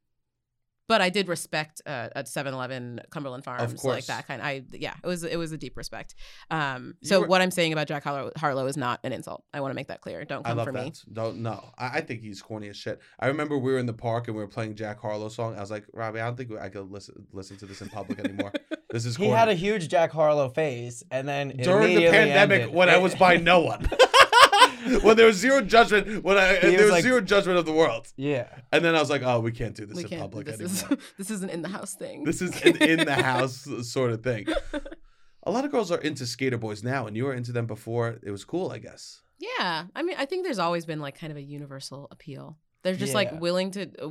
but I did respect uh, at 7-Eleven Cumberland Farms, course. like that kind. I yeah, it was it was a deep respect. Um, so You were- what I'm saying about Jack Harlow, Harlow is not an insult. I want to make that clear. Don't I come love for that. me. Don't no. I, I think he's corny as shit. I remember we were in the park and we were playing Jack Harlow song. I was like, Robbie, I don't think I could listen listen to this in public anymore. This is He corny. had a huge Jack Harlow phase, and then it During the immediately pandemic, ended. when I was by no one, when there was zero judgment, when I He there was was like- zero judgment of the world, yeah, and then I was like, oh, we can't do this We in can't. public This anymore. is this is an in the house thing. This is an in the house sort of thing. A lot of girls are into skater boys now, and you were into them before it was cool, I guess. Yeah, I mean, I think there's always been like kind of a universal appeal. They're just Yeah. like willing to, uh,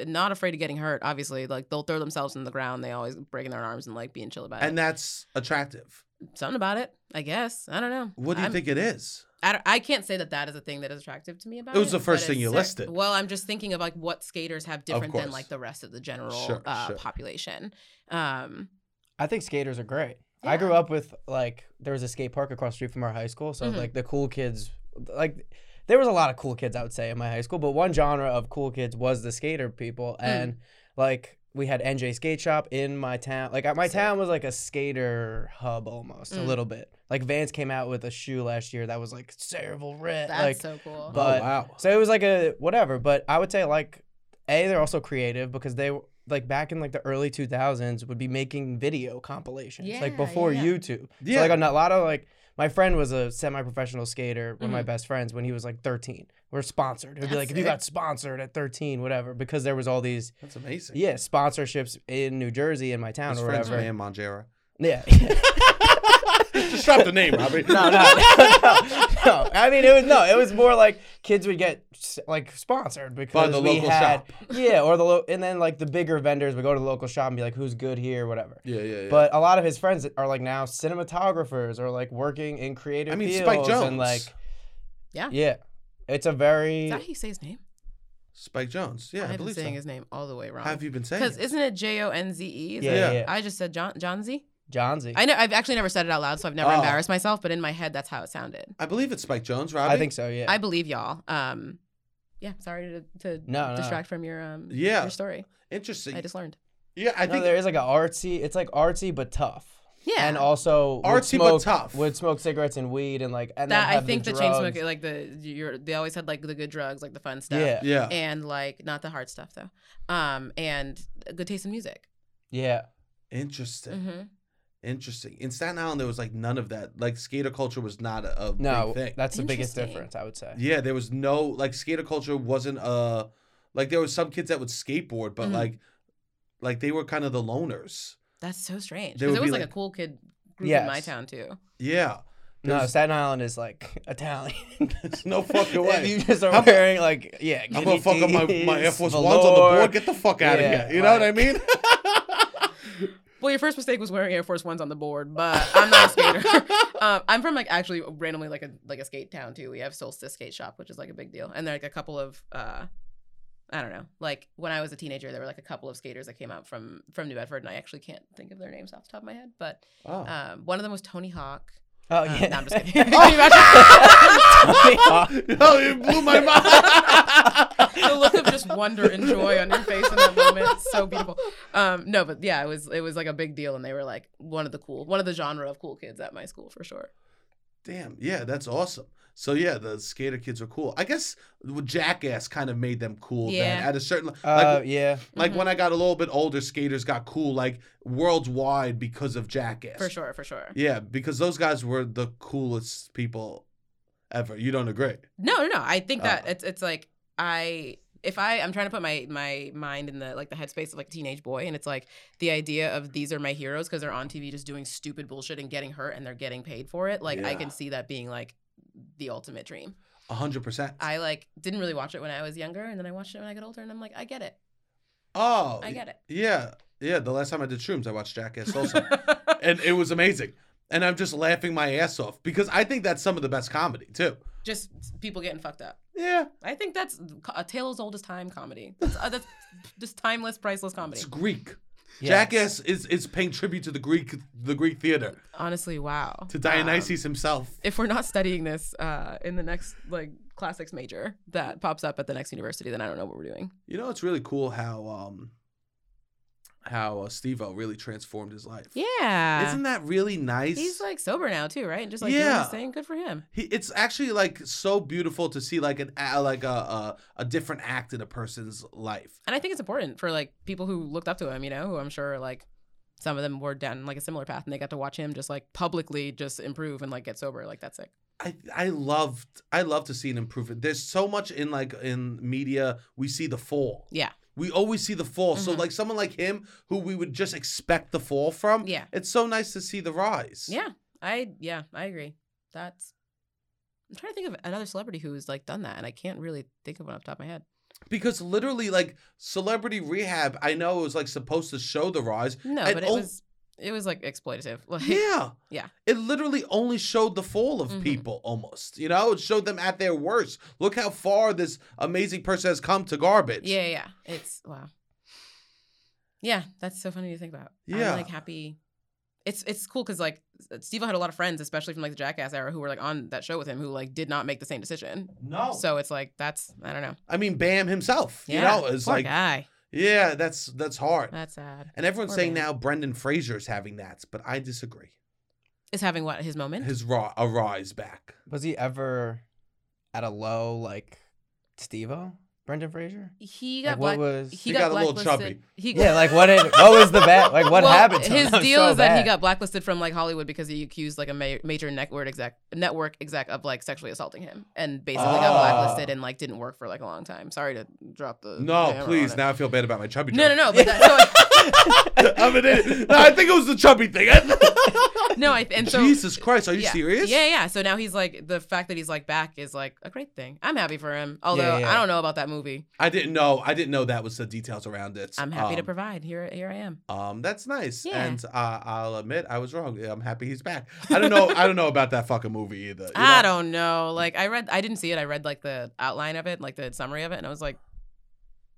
uh, not afraid of getting hurt. Obviously, like they'll throw themselves in the ground. They always breaking their arms and like being chill about And it. that's attractive. Something about it, I guess. I don't know. What do you I'm- think it is? I, don't- I can't say that that is a thing that is attractive to me about It it. was the first but thing it's you cer- listed. Well, I'm just thinking of like what skaters have different than course. like the rest of the general Sure, uh, sure. population. Um, I think skaters are great. I Yeah. grew up with like there was a skate park across the street from our high school, so Mhm. like the cool kids, like there was a lot of cool kids I would say in my high school, but one genre of cool kids was the skater people, Hmm. and like we had NJ Skate Shop in my town. Like my Sick. town was like a skater hub almost a Mm. little bit. Like Vans came out with a shoe last year that was like Cerval Eh, Red, that's like so cool. but- oh, wow. so it was like a whatever, but I would say like A, they're also creative because they were- like back in like the early two thousands would be making video compilations. Yeah, like before yeah. YouTube. Yeah. So like on a lot of like my friend was a semi professional skater, one of my Mhm. best friends, when he was like thirteen. We're sponsored. He'd be That's like, if you sick. got sponsored at thirteen, whatever, because there was all these that's amazing. yeah, sponsorships in New Jersey in my town His or friend's whatever. name, Monjera. Yeah. Just drop the name, Robbie. no, no, no, no. I mean, it was no. It was more like kids would get s- like sponsored because By the we local had, shop. Yeah, or the lo- and then like the bigger vendors would go to the local shop and be like, "Who's good here?" Whatever. Yeah, yeah, yeah. But a lot of his friends are like now cinematographers or like working in creative I mean, Spike fields Jonze. and like Yeah. yeah, it's a is very that how you say his name? Spike Jones. Yeah, I, I've been believe so. saying his name all the way wrong. Have you been saying? Because it? isn't it J O N Z E? Is yeah, that- Yeah. yeah. yeah. I just said John John Z. Johnzy. I know I've actually never said it out loud, so I've never Oh. embarrassed myself. But in my head, that's how it sounded. I believe it's Spike Jones, Robbie. I think so. Yeah. I believe y'all. Um, yeah, sorry to, to No, no. distract from your um Yeah. your story. Interesting. I just learned. yeah, I no, think there is like an artsy. It's like artsy but tough. Yeah, And also would Artsy but smoke, tough. Would smoke cigarettes and weed and like and then that I have think the, the, chain drugs. smoker, like the you're, they always had like the good drugs, like the fun stuff. Yeah. Yeah. And like not the hard stuff though. Um, and a good taste in music. Yeah. Interesting. hmm Interesting. In Staten Island, there was like none of that. Like skater culture was not a, a No, big thing. that's the biggest Interesting. difference, I would say. Yeah, there was no like skater culture wasn't a Like there were some kids that would skateboard, but Mm. Mhm. like, like they were kind of the loners. That's so strange. They would Because it was be like, like- a cool kid group in my Yes. town too. Yeah, No, There's- Staten Island is like Italian. there's no fucking way. If you just are I'm- wearing like yeah, I'm gonna fuck up my, my Air Force Ones on the velour. board. Get the fuck out Yeah, of here. You know what I like- mean? Well, your first mistake was wearing Air Force Ones on the board, but I'm not a skater. um, I'm from like actually randomly like a like a skate town too. We have Solstice Skate Shop, which is like a big deal, and there are like a couple of uh, I don't know. Like when I was a teenager, there were like a couple of skaters that came out from from New Bedford, and I actually can't think of their names off the top of my head, but Oh. um, one of them was Tony Hawk. Oh Uh, yeah, no, I'm just kidding. Can you imagine? Uh. Yo, you blew my mind. the look of just wonder and joy on your face in that moment it's so beautiful um no but yeah it was it was like a big deal and they were like one of the cool one of the genre of cool kids at my school for sure Damn, yeah, that's awesome. So yeah, the skater kids are cool. I guess Jackass kind of made them cool. Yeah. Yeah. Then at a certain like Uh, yeah. like Mhm. when I got a little bit older, skaters got cool like worldwide because of Jackass. for sure for sure Yeah, because those guys were the coolest people ever. You don't agree? no no no i think that Oh. it's it's like i if i i'm trying to put my my mind in the like the headspace of like a teenage boy and it's like the idea of these are my heroes because they're on tv just doing stupid bullshit and getting hurt and they're getting paid for it like i Yeah. can see that being like the ultimate dream A hundred percent. i like didn't really watch it when i was younger and then i watched it when i got older and i'm like i get it Oh, i get it yeah, yeah. The last time I did shrooms, I watched Jackass also, and it was amazing. And I'm just laughing my ass off because I think that's some of the best comedy too. just people getting fucked up. Yeah, I think that's a tale as old as time comedy. That's, uh, that's just timeless, priceless comedy. it's Greek. Yes. Jackass is is paying tribute to the Greek the Greek theater Honestly, wow. to Um, Dionysus himself. if we're not studying this uh, in the next like classics major that pops up at the next university, then I don't know what we're doing. You know, it's really cool how um how uh, Steve-O really transformed his life. Yeah, Isn't that really nice? he's like sober now too, right? And just like doing Yeah. his thing. Good for him. he, it's actually like so beautiful to see like an a- like a, a a different act in a person's life. And I think it's important for like people who looked up to him, you know, who I'm sure like some of them were down like a similar path, and they got to watch him just like publicly just improve and like get sober. Like that's sick. I I loved I love to see an improvement. There's so much in like in media we see the fall. Yeah. We always see the fall. So Mhm. like someone like him who we would just expect the fall from. Yeah. It's so nice to see the rise. Yeah, I yeah, I agree. That's I'm trying to think of another celebrity who's like done that, and I can't really think of one off the top of my head. Because literally like celebrity rehab, I know it was like supposed to show the rise. No, And but it al- was it was like exploitative. Like, Yeah. Yeah. It literally only showed the fall of Mhm. people almost. You know, it showed them at their worst. Look how far this amazing person has come to garbage. yeah, yeah. It's wow. Yeah, that's so funny to think about. Yeah. I'm like happy. It's it's cool because like Steve had a lot of friends, especially from like the Jackass era, who were like on that show with him, who like did not make the same decision. No. So it's like that's I don't know. I mean Bam himself. Yeah. Oh. You know, it's Poor like guy. Yeah, that's that's hard. That's sad. and everyone's poor saying man. now Brendan Fraser is having that, but I disagree. Is having what his moment? His raw a rise back. Was he ever at a low like Steve-O? Brendan Fraser? he Like, got what black- was? he He got a little chubby. blacklisted. He yeah, like what? Did, what was the bad? Like what Well, happened? To him? his That was deal so is that he bad. got blacklisted from like Hollywood because he accused like a ma- major network exec network exec of like sexually assaulting him and basically got Ah. blacklisted and like didn't work for like a long time. Sorry to drop the hammer No, on please. it. Now I feel bad about my chubby. No, no, joke. no. But that, I'm an idiot. No, I think it was the chubby thing. so, no, I, and so Jesus Christ, are you yeah. serious? Yeah, yeah. So now he's like the fact that he's like back is like a great thing. I'm happy for him. Although yeah. I don't know about that movie. I didn't know. I didn't know that was the details around it. I'm happy to Um, provide. Here, here I am. Um, that's nice. Yeah. And uh, I'll admit I was wrong. I'm happy he's back. I don't know. I don't know about that fucking movie either. you I know? don't know. Like I read, I didn't see it. I read like the outline of it, like the summary of it, and I was like,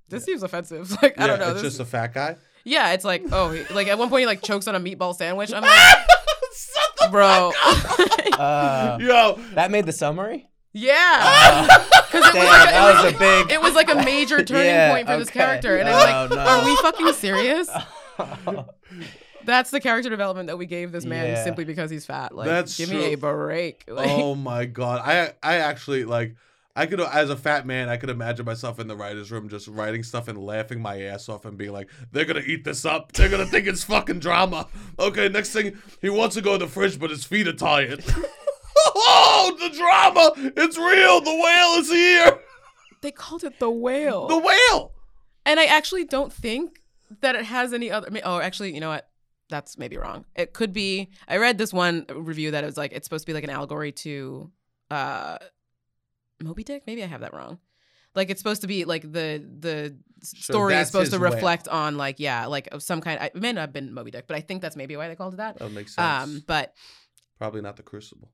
"This seems offensive." Like I don't Yeah, know. It's This- just a fat guy. yeah, it's like oh, he- like at one point he like chokes on a meatball sandwich. I'm like, bro, Uh, Yo, that made the summary. yeah, because it was Damn, like a, that it was a big. it was like a major turning Yeah, point for this okay. character, and I'm like, Oh, no. are we fucking serious? was. That's the character development that we gave this man Yeah. simply because he's fat. Like, That's give true. me a break. Like, oh my god i i actually like i could as a fat man i could imagine myself in the writers room just writing stuff and laughing my ass off and being like they're gonna eat this up they're gonna think it's fucking drama okay next thing he wants to go to the fridge but his feet are tired oh the drama it's real the whale is here they called it the whale. The whale. and I actually don't think that it has any other. I mean, Oh, actually, you know what? That's maybe wrong. It could be. I read this one review that it was like it's supposed to be like an allegory to uh, Moby Dick. Maybe I have that wrong. Like it's supposed to be like the the story is that's supposed to his whale. reflect on like yeah like of some kind. I, it may not have been Moby Dick, but I think that's maybe why they called it that. That would make sense. Um, but Probably not the Crucible.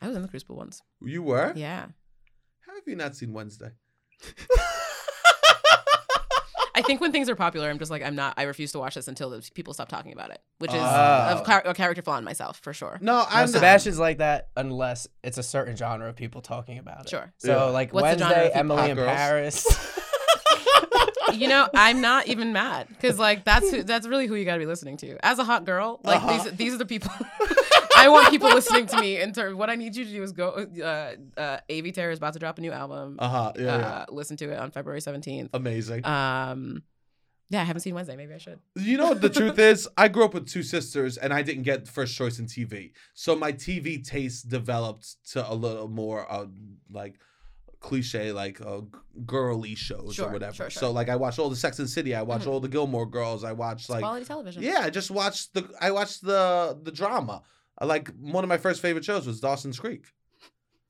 I was in the Crucible once. You were? Yeah. How have you not seen Wednesday? I think when things are popular, I'm just like, I'm not, I refuse to watch this until the people stop talking about it, which is Ah. Oh. a, char- a character flaw in myself for sure. No, No, I'm Sebastian's like that unless it's a certain genre of people talking about it. Sure. So Yeah. like What's the genre Wednesday, of Emily Hot in Girls? Paris. You know, I'm not even mad because like that's who, that's really who you got to be listening to. As a hot girl, like Uh-huh. these these are the people. I want people listening to me. In terms, what I need you to do is go. Uh, uh, Av Terror is about to drop a new album. Uh huh. Yeah, Oh, yeah. Uh, listen to it on February 17th. Amazing. Um, yeah, I haven't seen Wednesday. Maybe I should. you know what the truth is? I grew up with two sisters, and I didn't get first choice in TV, so my TV taste developed to a little more uh, like cliche, like uh, g- girly shows Sure, or whatever. sure, Mm-hmm. sure. So like I watched all the Sex and the City, I watched all the Gilmore Girls, I watched like Quality television. yeah, I just watched the I watched the the drama. I like one of my first favorite shows was Dawson's Creek.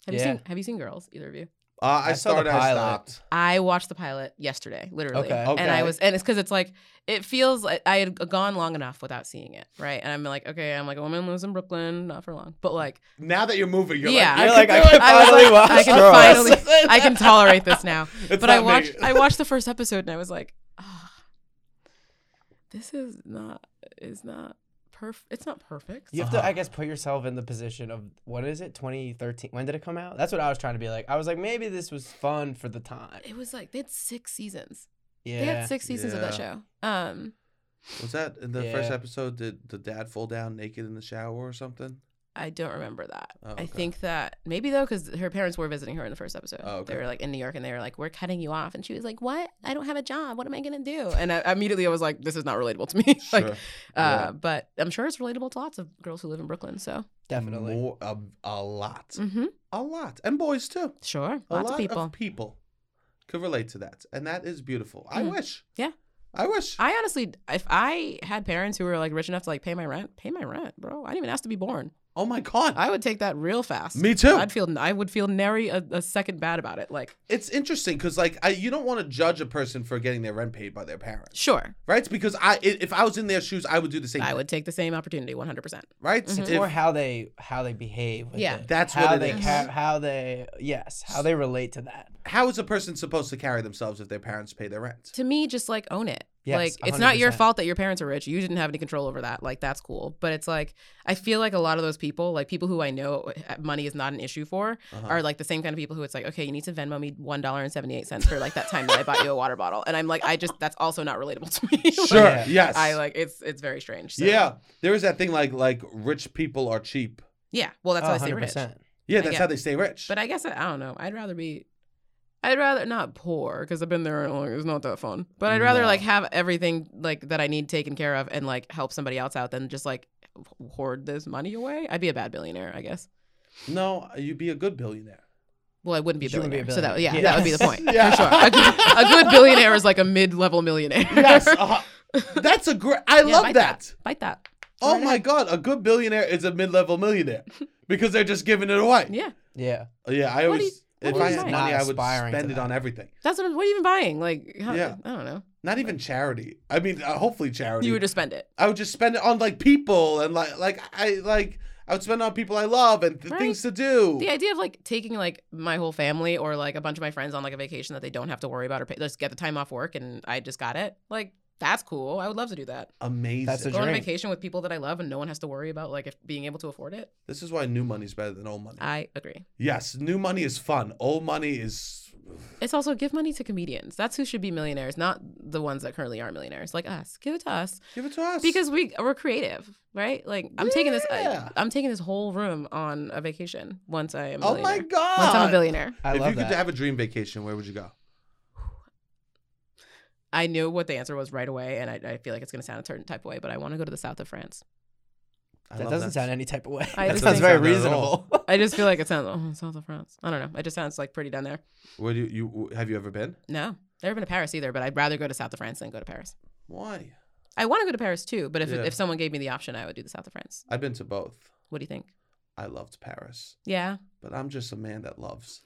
Have you Yeah. seen Have you seen Girls? Either of you? Uh, I, I saw the started, I pilot. stopped. I watched the pilot yesterday, literally. Okay. And I Okay. was, and it's because it's like, it feels like I had gone long enough without seeing it, right? And I'm like, okay, I'm like a woman lives in Brooklyn, not for long, but like, Now that you're moving, you're Yeah, like, You're I like can I do can it. I was finally like, watch. I can Girls." finally- I can tolerate this now. It's but I not me. watched, I watched the first episode, and I was like, ah, this is not, is not perfect. It's not perfect. You have to, Uh-huh. I guess, put yourself in the position of what is it, 2013? When did it come out? That's what I was trying to be like. I was like, maybe this was fun for the time. It was like they had six seasons. They Yeah. had six seasons of that show. Um, Was that in the first Yeah. episode? Did the dad fall down naked in the shower or something? I don't remember that. Oh, I okay. think that maybe though, because her parents were visiting her in the first episode. Oh, okay. They were like in New York, and they were like, "We're cutting you off," and she was like, "What? I don't have a job. What am I gonna do?" And I, immediately I was like, "This is not relatable to me." like, Sure. uh, yeah. but I'm sure it's relatable to lots of girls who live in Brooklyn. So, Definitely. More, a, a lot. mm-hmm. A lot. And boys too. sure, A lots lot of people. could relate to that. And that is beautiful. I Mhm. wish. Yeah. I wish. I honestly, if I had parents who were like rich enough to like pay my rent, pay my rent, bro. I didn't even ask to be born. oh my God. I would take that real fast. Me too. I'd feel. I would feel nary a, a second bad about it. Like, it's interesting because, like, I, you don't want to judge a person for getting their rent paid by their parents, sure, right? Because I, i- if I was in their shoes, I would do the same. I thing, would take the same opportunity, 100. percent right? Mhm. If- It's more how they how they behave. With Yeah. it. That's how what it they is. ca- how they yes how they relate to that. how is a person supposed to carry themselves if their parents pay their rent? to me, just like own it. Yes, like it's not your 100%. fault that your parents are rich. You didn't have any control over that. Like that's cool. But it's like I feel like a lot of those people, like people who I know uh, money is not an issue for, Uh-huh. are like the same kind of people who it's like, okay, you need to Venmo me one dollar and seventy eight cents for like that time that I bought you a water bottle. And I'm like, I just that's also not relatable to me. Like, Sure. Yeah. Yes. I like it's it's very strange. So. Yeah. There is that thing like like rich people are cheap. Yeah. Well that's Oh, how I stay rich. 100%. Yeah, I that's get- how they stay rich. But I guess I, I don't know. I'd rather be I'd rather not poor because I've been there and like, it's not that fun. But I'd rather No. like have everything like that I need taken care of and like help somebody else out than just like h- hoard this money away. I'd be a bad billionaire, I guess. no, you'd be a good billionaire. Well, I wouldn't be a You wouldn't billionaire. be a So that yeah, billionaire. that would be Yes. the point. Yeah. For sure. A good, a good billionaire is like a mid-level millionaire. Yes, uh, that's a great. I Yeah, love like that. that. Bite that. Oh Right my god, a good billionaire is a mid-level millionaire because they're just giving it away. Yeah, Yeah. Yeah. I What do always you- if what I do you had buy? money, Not I would aspiring to spend it that. on everything. That's what, what are you even buying? Like how, Yeah. I don't know. Not even charity. I mean, uh, hopefully charity. You would just spend it. I would just spend it on like people and like like I like I would spend it on people I love and th- Right. things to do. The idea of like taking like my whole family or like a bunch of my friends on like a vacation that they don't have to worry about or pay, just get the time off work and I just got it. Like that's cool. I would love to do that. Amazing. That's a Go on a dream. vacation with people that I love and no one has to worry about like if being able to afford it. this is why new money's better than old money. I agree. Yes, new money is fun. Old money is It's also give money to comedians. That's who should be millionaires, not the ones that currently are millionaires. Like us, give it to us give it to us because we we're creative, right? Like I'm taking this, I, Yeah. I'm taking this whole room on a vacation once I am. A oh my millionaire. god, Once I'm a billionaire, I if love you that. could have a dream vacation, where would you go? I knew what the answer was right away, and I, I feel like it's going to sound a certain type of way, but I want to go to the south of France. I that love doesn't sound any type of way. I that just sounds very think- Not at all. reasonable. I just feel like it sounds oh, South of France. I don't know. It just sounds like pretty down there. Where do you, you have you ever been? No, never been to Paris either. But I'd rather go to South of France than go to Paris. Why? I want to go to Paris too. But if Yeah. if someone gave me the option, I would do the South of France. I've been to both. What do you think? I loved Paris, Yeah, but I'm just a man that loves.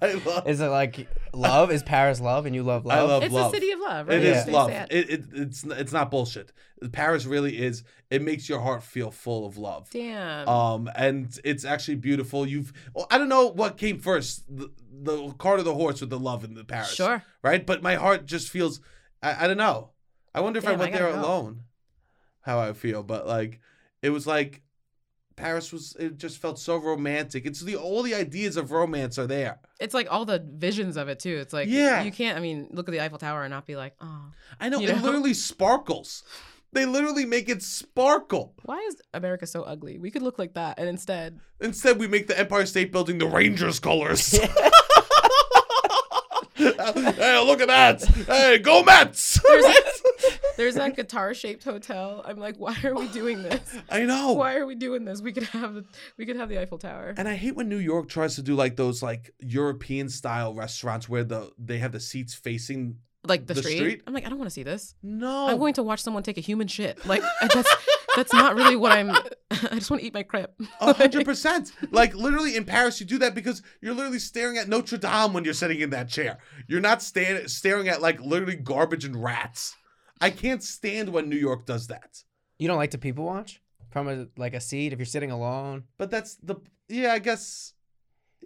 I love. Is it like love? Is Paris love and you love love? I love it's love. the city of love. Right? It Yeah. is That's what love. they said. It, it, it's it's not bullshit. Paris really is. It makes your heart feel full of love. Damn. Um, and it's actually beautiful. You've well, I don't know what came first, the, the cart or the horse with the love in the Paris. sure. Right, but my heart just feels. I, I don't know. I wonder if I Damn, I went there gotta go. alone, how I feel. But like, it was like. Paris was it just felt so romantic. It's the all the ideas of romance are there. It's like all the visions of it too. It's like Yeah. you can't. I mean, look at the Eiffel Tower and not be like, oh, I know You it know? literally sparkles. They literally make it sparkle. why is America so ugly? We could look like that, and instead, Instead, we make the Empire State Building the Rangers colors. hey, look at that! Hey, go Mets! there's that guitar-shaped hotel. I'm like, why are we doing this? I know. Why are we doing this? We could have the we could have the Eiffel Tower. And I hate when New York tries to do like those like European style restaurants where the they have the seats facing. like the, The street. street? I'm like, I don't want to see this. No, I'm going to watch someone take a human shit. Like that's that's not really what I'm. I just want to eat my crepe. a hundred percent. Like literally in Paris, you do that because you're literally staring at Notre Dame when you're sitting in that chair. You're not stand- staring at like literally garbage and rats. I can't stand when New York does that. You don't like to people watch from a, like a seat if you're sitting alone. But that's the yeah, I guess.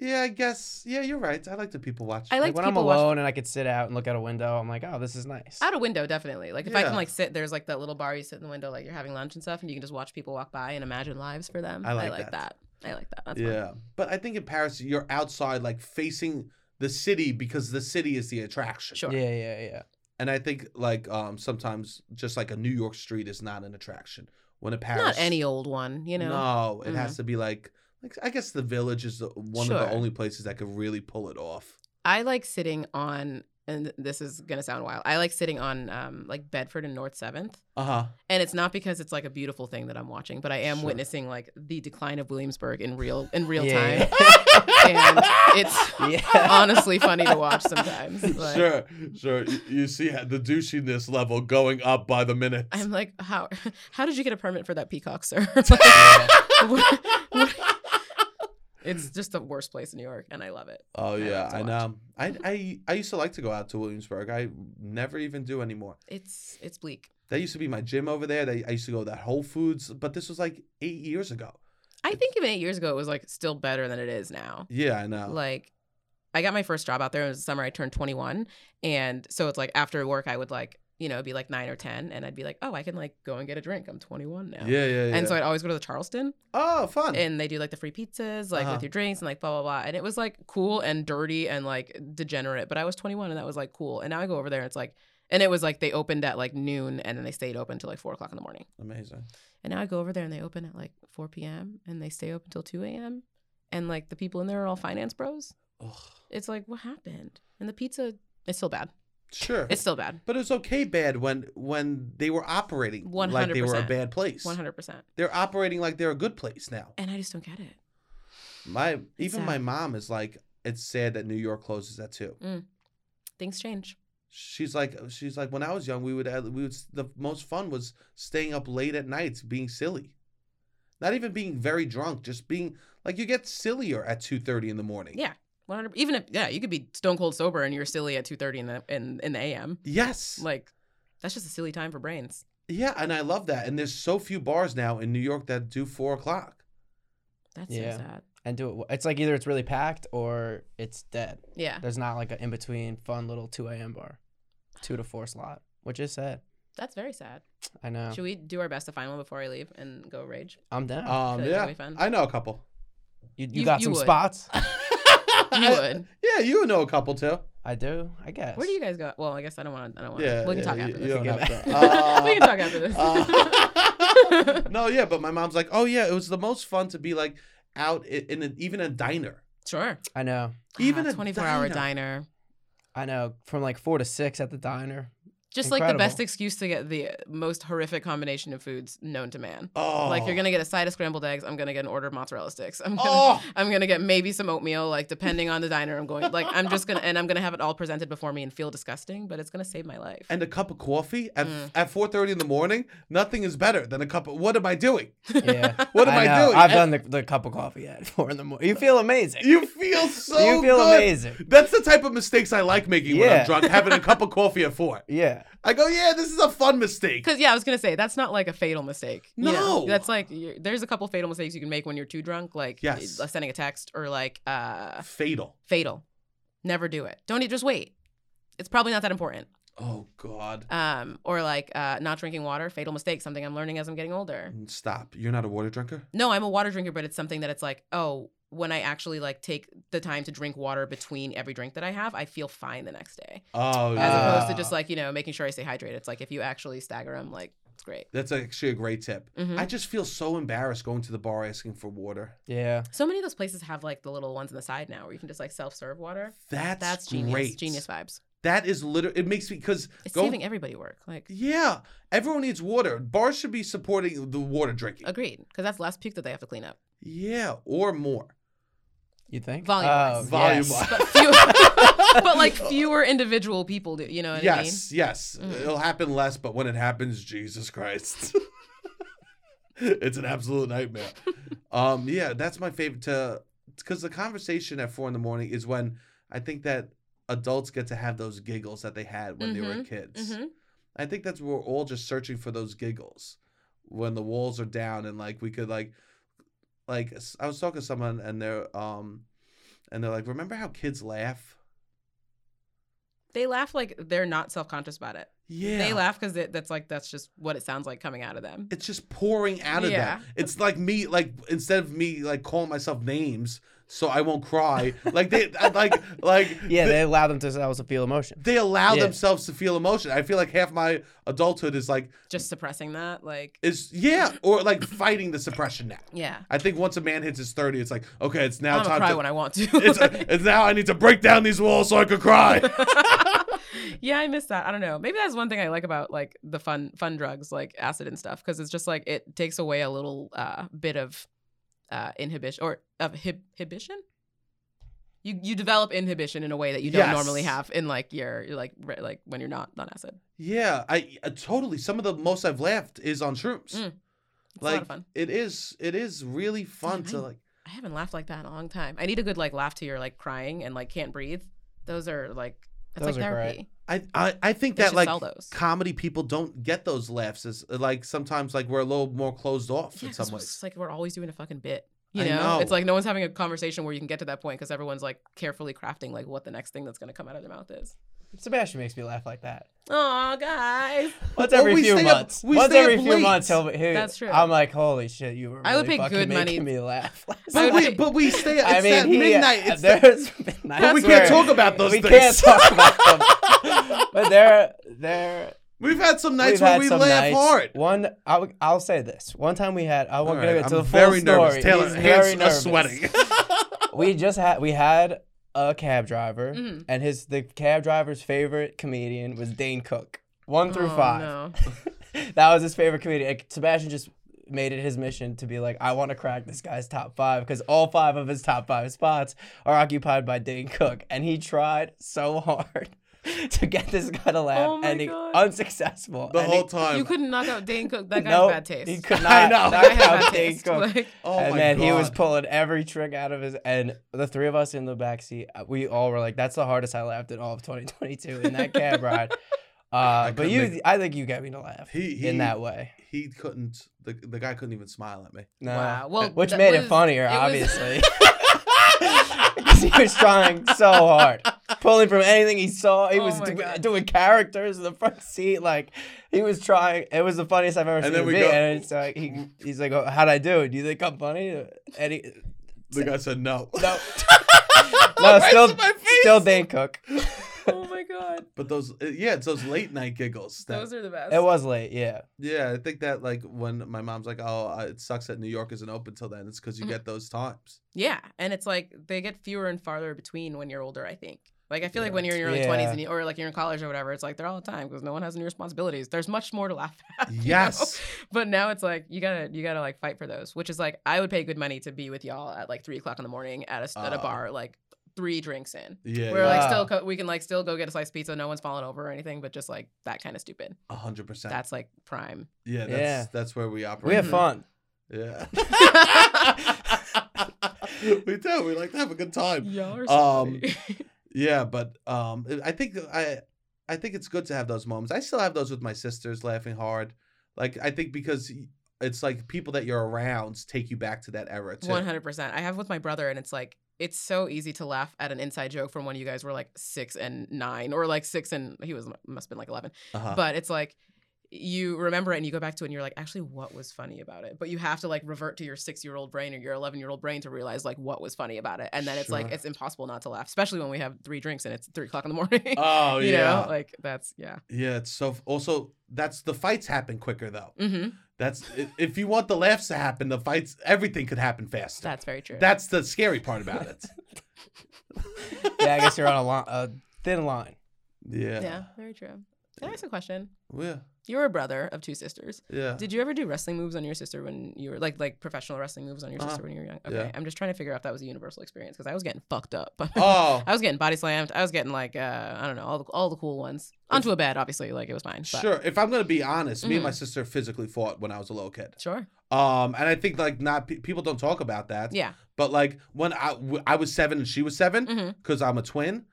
Yeah, I guess. Yeah, you're right. I like the people watch. I like when I'm people alone watch and I could sit out and look out a window, I'm like, oh, this is nice. out a window definitely. Like if I Yeah. can like sit, there's like that little bar you sit in the window, like you're having lunch and stuff, and you can just watch people walk by and imagine lives for them. I like that. that. I like that. That's fun. yeah, but I think in Paris you're outside, like facing the city because the city is the attraction. Sure. Yeah, yeah, yeah. And I think like um sometimes just like a New York street is not an attraction when a Paris. Not any old one, you know. Mm-hmm. No, it has to be like like I guess the village is the, one of Sure. the only places that could really pull it off. I like sitting on, and this is gonna sound wild. I like sitting on um like Bedford and North Seventh. Uh huh. and it's not because it's like a beautiful thing that I'm watching, but I am Sure. witnessing like the decline of Williamsburg in real in real Yeah, time, and it's Yeah. honestly funny to watch sometimes. Like, sure, sure. You, you see the douchiness level going up by the minute. I'm like, how how did you get a permit for that peacock, sir? Like, what- what- it's just the worst place in New York, and I love it. Oh I yeah, like to I watch. know. I, I I used to like to go out to Williamsburg. I never even do anymore. It's it's bleak. That used to be my gym over there. That I used to go to that Whole Foods, but this was like eight years ago. I think even eight years ago, it was like still better than it is now. Yeah, I know. like I got my first job out there. It was the summer I turned 21. And so it's like after work, I would like, you know, it'd be like nine or 10. And I'd be like, oh, I can like go and get a drink. I'm 21 now. yeah, yeah, yeah. And so I'd always go to the Charleston oh, fun. and they do like the free pizzas, like Uh-huh. with your drinks and like blah, blah, blah. And it was like cool and dirty and like degenerate. But I was 21 and that was like cool. And now I go over there and it's like, and it was like they opened at like noon and then they stayed open till like four o'clock in the morning. Amazing. And now I go over there and they open at like 4 p.m. and they stay open till 2 a.m. And like the people in there are all finance bros Ugh. it's like what happened and the pizza it's still bad Sure, it's still bad but it was okay bad when when they were operating like they were a 100%. bad place. 100% They're operating like they're a good place now. and i just don't get it My even my sad. mom is like, it's sad that New York closes at two. things change She's like, she's like, when I was young, we would, we would, the most fun was staying up late at nights, being silly, not even being very drunk, just being like, you get sillier at two thirty in the morning. Yeah. 100 even if yeah you could be stone cold sober and you're silly at 2.30 in the in, in the am Yes. like that's just a silly time for brains yeah, and I love that. And there's so few bars now in New York that do four o'clock. that's Yeah. so sad And do it. It's like either it's really packed or it's dead. yeah There's not like an in between fun little 2 a.m. bar, 2 to 4 slot, which is sad. that's very sad I know. should we do our best to find one before i leave and go rage I'm Um, down. Should I go yeah, with fun? I know a couple. you, you, you- got you some would. spots? you would Yeah, you know a couple too. I do, I guess. where do you guys go well i guess i don't want to i don't want to Yeah, we can yeah, talk you- after you this don't Get have to- back. We can talk after this. Uh, no, yeah, but my mom's like, oh yeah, it was the most fun to be like out i- in an, even a diner. sure I know. Even Ah, a 24 hour diner. diner I know. From like 4 to 6 at the diner. just like the Incredible. best excuse to get the most horrific combination of foods known to man. Oh, Like you're gonna get a side of scrambled eggs. I'm gonna get an order of mozzarella sticks. I'm gonna, Oh, I'm gonna get maybe some oatmeal. Like depending on the diner, I'm going. Like I'm just gonna and I'm gonna have it all presented before me and feel disgusting, but it's gonna save my life. and a cup of coffee at Mm. at four thirty in the morning. Nothing is better than a cup. of... What am I doing? Yeah. What am I, know. doing? I've And done the, the cup of coffee at four in the morning. You feel amazing. You feel so. you feel good. amazing. That's the type of mistakes I like making when I'm Yeah. drunk. Having a cup of coffee at four. Yeah. I go, yeah, this is a fun mistake. Because yeah, I was gonna say that's not like a fatal mistake. you know? No. that's like you're, there's a couple fatal mistakes you can make when you're too drunk, like Yes. uh, sending a text or like uh, Fatal. fatal. Never do it. Don't eat. Just wait. It's probably not that important. Oh God. Um, or like uh, not drinking water, fatal mistake. Something I'm learning as I'm getting older. Mm, Stop. You're not a water drinker. No, I'm a water drinker, but it's something that it's like oh. When I actually like take the time to drink water between every drink that I have, I feel fine the next day. Oh, As yeah. Uh, opposed to just like you know making sure I stay hydrated. It's like if you actually stagger them, like it's great. That's actually a great tip. Mhm. I just feel so embarrassed going to the bar asking for water. Yeah. So many of those places have like the little ones on the side now where you can just like self serve water. That's, That's genius. great. Genius vibes. That is literally. It makes me because It's Go- saving everybody work. Like yeah, everyone needs water. Bars should be supporting the water drinking. agreed, because that's less puke that they have to clean up. Yeah, or more. You think? Volume-wise. Oh, Volume yes. wise. But fewer, but like fewer individual people do. You know what I mean? yes, yes. Mm. It'll happen less, but when it happens, Jesus Christ. it's an absolute nightmare. um, yeah, that's my favorite to because the conversation at four in the morning is when I think that adults get to have those giggles that they had when they were kids. Mhm. I think that's we're all just searching for those giggles when the walls are down and like we could like like s- I was talking to someone and they're um and they're like, remember how kids laugh? They laugh like they're not self conscious about it. Yeah. They laugh because that's like that's just what it sounds like coming out of them. It's just pouring out of Yeah. them. It's like me, like instead of me like calling myself names so I won't cry. like they I- like like Yeah, th- they allow them to themselves to feel emotion. they allow Yeah. themselves to feel emotion. I feel like half my adulthood is like Just suppressing that, like is yeah, or like fighting the suppression now. yeah. I think once a man hits his 30, it's like, okay, it's now I'm gonna time cry to when I want to. it's, it's now I need to break down these walls so I could cry. yeah, I miss that. I don't know. Maybe that's one thing I like about like the fun fun drugs like acid and stuff because it's just like it takes away a little uh, bit of uh, inhibition or of hib- inhibition. You you develop inhibition in a way that you don't Yes. normally have in like your your, like re- like when you're not on acid. yeah, I, I totally. Some of the most I've laughed is on shrooms. Mm, It's like a lot of fun. it is, it is really fun Damn, to I- like. I haven't laughed like that in a long time. I need a good like laugh to your like crying and like can't breathe. Those are like that's Those like are great. therapy. I, I, I think They that should like sell those. comedy people don't get those laughs. Is like sometimes like we're a little more closed off Yeah, in 'cause some we're ways. just like we're always doing a fucking bit. I You know? it's know. like no one's having a conversation where you can get to that point because everyone's like carefully crafting like what the next thing that's gonna come out of their mouth is. Sebastian makes me laugh like that. Oh, guys, Once Well, every we few stay up- months. we once stay up every few late. months, he'll, he'll, That's true. I'm like, holy shit, you were. I would really pay fucking good money- making me laugh. But I we, would- but we stay. It's I mean, that he, midnight. uh, It's that- there's been nights but we where- can't talk about those we things. can't talk about them. but there, there. We've had some nights we've where had we some laugh nights. hard. One, I'll, I'll say this. One time we had. I won't All right, get into I'm the full very nervous. story. Taylor, He's hands very are nervous. sweating. we just had. We had a cab driver, Mhm. and his the cab driver's favorite comedian was Dane Cook. One through Oh, five. no. that was his favorite comedian. Like, Sebastian just made it his mission to be like, I want to crack this guy's top five because all five of his top five spots are occupied by Dane Cook, and he tried so hard to get this guy to laugh, Oh my and he God. unsuccessful. The and whole he, time. You couldn't knock out Dane Cook. That guy's Um, Nope, bad taste. He could not I know. That knock guy knock has out bad Dane taste. Cook. Like, oh and my man, god. he was pulling every trick out of his. And the three of us in the back seat, uh, we all were like, "That's the hardest I laughed in all of 2022 in that cab ride." Uh, but couldn't you, make- I think you got me to laugh He- he- in that way. he couldn't. The, the guy couldn't even smile at me. No. Wow. Well, which that made it was- funnier, it was- obviously. Because he was trying so hard, pulling from anything he saw. He Oh was my do- God. doing characters in the front seat, like he was trying. It was the funniest I've ever And seen. then him we be, go- and it's like he, he's like, oh, "How'd I do? Do you think I'm funny?" And he, The guy said no. no, no, still, still Dane Cook. oh my god, But those, uh, yeah, it's those late night giggles. That, those are the best. It was late, yeah. yeah, I think that like when my mom's like, "Oh, uh, it sucks that New York isn't open till then," it's because you Mhm. get those times. yeah, and it's like they get fewer and farther between when you're older. I think Like I feel Yeah. like when you're in your early Yeah. twenties and you, or like you're in college or whatever, it's like they're all the time because no one has any responsibilities. There's much more to laugh at. you know? Yes. But now it's like you gotta you gotta like fight for those, which is like I would pay good money to be with y'all at like three o'clock in the morning at a s- at a Oh. bar like three drinks in. Yeah. We're like Wow. still co- we can like still go get a slice of pizza. No one's falling over or anything, but just like that kind of stupid. A hundred percent. That's like prime. Yeah. That's Yeah. that's where we operate. We have Mhm. fun. Yeah. we do. We like to have a good time. Y'all are Um, silly. Yeah, but um, I think I I think it's good to have those moments. I still have those with my sisters, laughing hard. Like I think because it's like people that you're around take you back to that era too. One hundred percent. I have with my brother, and it's like it's so easy to laugh at an inside joke from when you guys were like six and nine, or like six and he was must have been like eleven. Uh-huh. But it's like you remember it and you go back to it and you're like, actually, what was funny about it? But you have to like revert to your six year old brain or your eleven year old brain to realize like what was funny about it. And then it's like Sure. it's impossible not to laugh, especially when we have three drinks and it's three o'clock in the morning. oh you yeah, know, like that's yeah. yeah. It's so also that's the fights happen quicker though. hmm That's i- if you want the laughs to happen, the fights, everything could happen faster. That's very true. That's the scary part about it. Yeah, I guess you're on a, lo- a thin line. yeah. yeah, very true. Can I ask a question? Yeah. You're a brother of two sisters. Yeah. Did you ever do wrestling moves on your sister when you were like like professional wrestling moves on your Uh-huh. sister when you were young? Yeah. Okay, I'm just trying to figure out if that was a universal experience because I was getting fucked up. oh, I was getting body slammed. I was getting like uh, I don't know all the all the cool ones onto a bed. Obviously, like it was mine. But, sure. If I'm gonna be honest, me and my Mhm. sister physically fought when I was a little kid. sure. Um, and I think like not pe- people don't talk about that. Yeah. But like when I w- I was seven and she was seven Mhm. because I'm a twin,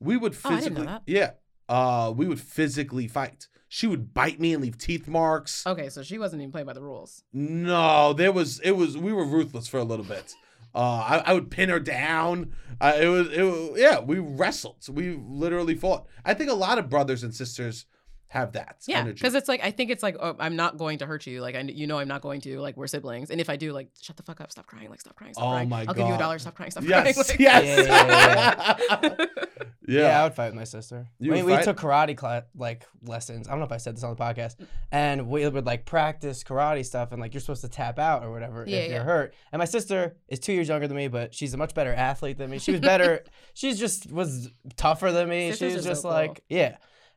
we would Oh, I didn't know physically that. yeah. Uh, we would physically fight. She would bite me and leave teeth marks. Okay, so she wasn't even playing by the rules. No, there was it was we were ruthless for a little bit. Uh, I, I would pin her down. Uh, it was it wa- yeah we wrestled. We literally fought. I think a lot of brothers and sisters have that Yeah, energy. because it's like I think it's like oh, I'm not going to hurt you. Like I, kn- you know, I'm not going to. Like we're siblings, and if I do, like shut the fuck up, stop crying, like stop crying, stop Oh crying. my I'll give you God. a dollar. Stop crying, stop yes, crying. like- yes. Yeah, Yeah, Yeah. I would fight with my sister. You we, would we fight? took karate class like lessons. I don't know if I said this on the podcast, and we would like practice karate stuff, and like you're supposed to tap out or whatever Yeah, if you're yeah. hurt. And my sister is two years younger than me, but she's a much better athlete than me. She was better. she's just was tougher than me. Sisters she was are so just cool. like yeah.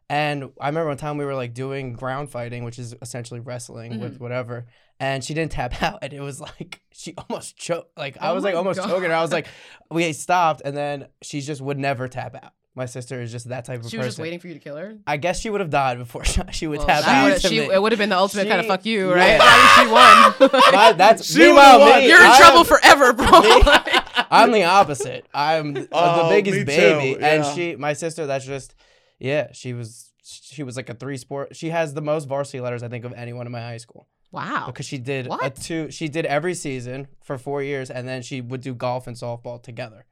And I remember one time we were like doing ground fighting, which is essentially wrestling Mm-hmm. with whatever. And she didn't tap out, and it was like she almost choked. Like I Oh was like my almost choking her. I was God. like, we stopped, and then she just would never tap out. My sister is just that type of she person. was just waiting for you to kill her. I guess she would have died before she, she would Well, tap that out. would've- to she- me. it would have been the ultimate kind of She- fuck you, right? yeah. How did she won. My- that's She would've meanwhile, won. me, You're in I'm- trouble forever, bro. Me- Like- I'm the opposite. I'm uh, Oh, the me biggest baby, too, and yeah. she, my sister, that's just, yeah, she was, she was like a three sport. She has the most varsity letters I think of anyone in my high school wow. because she did a What? two. She did every season for four years, and then she would do golf and softball together.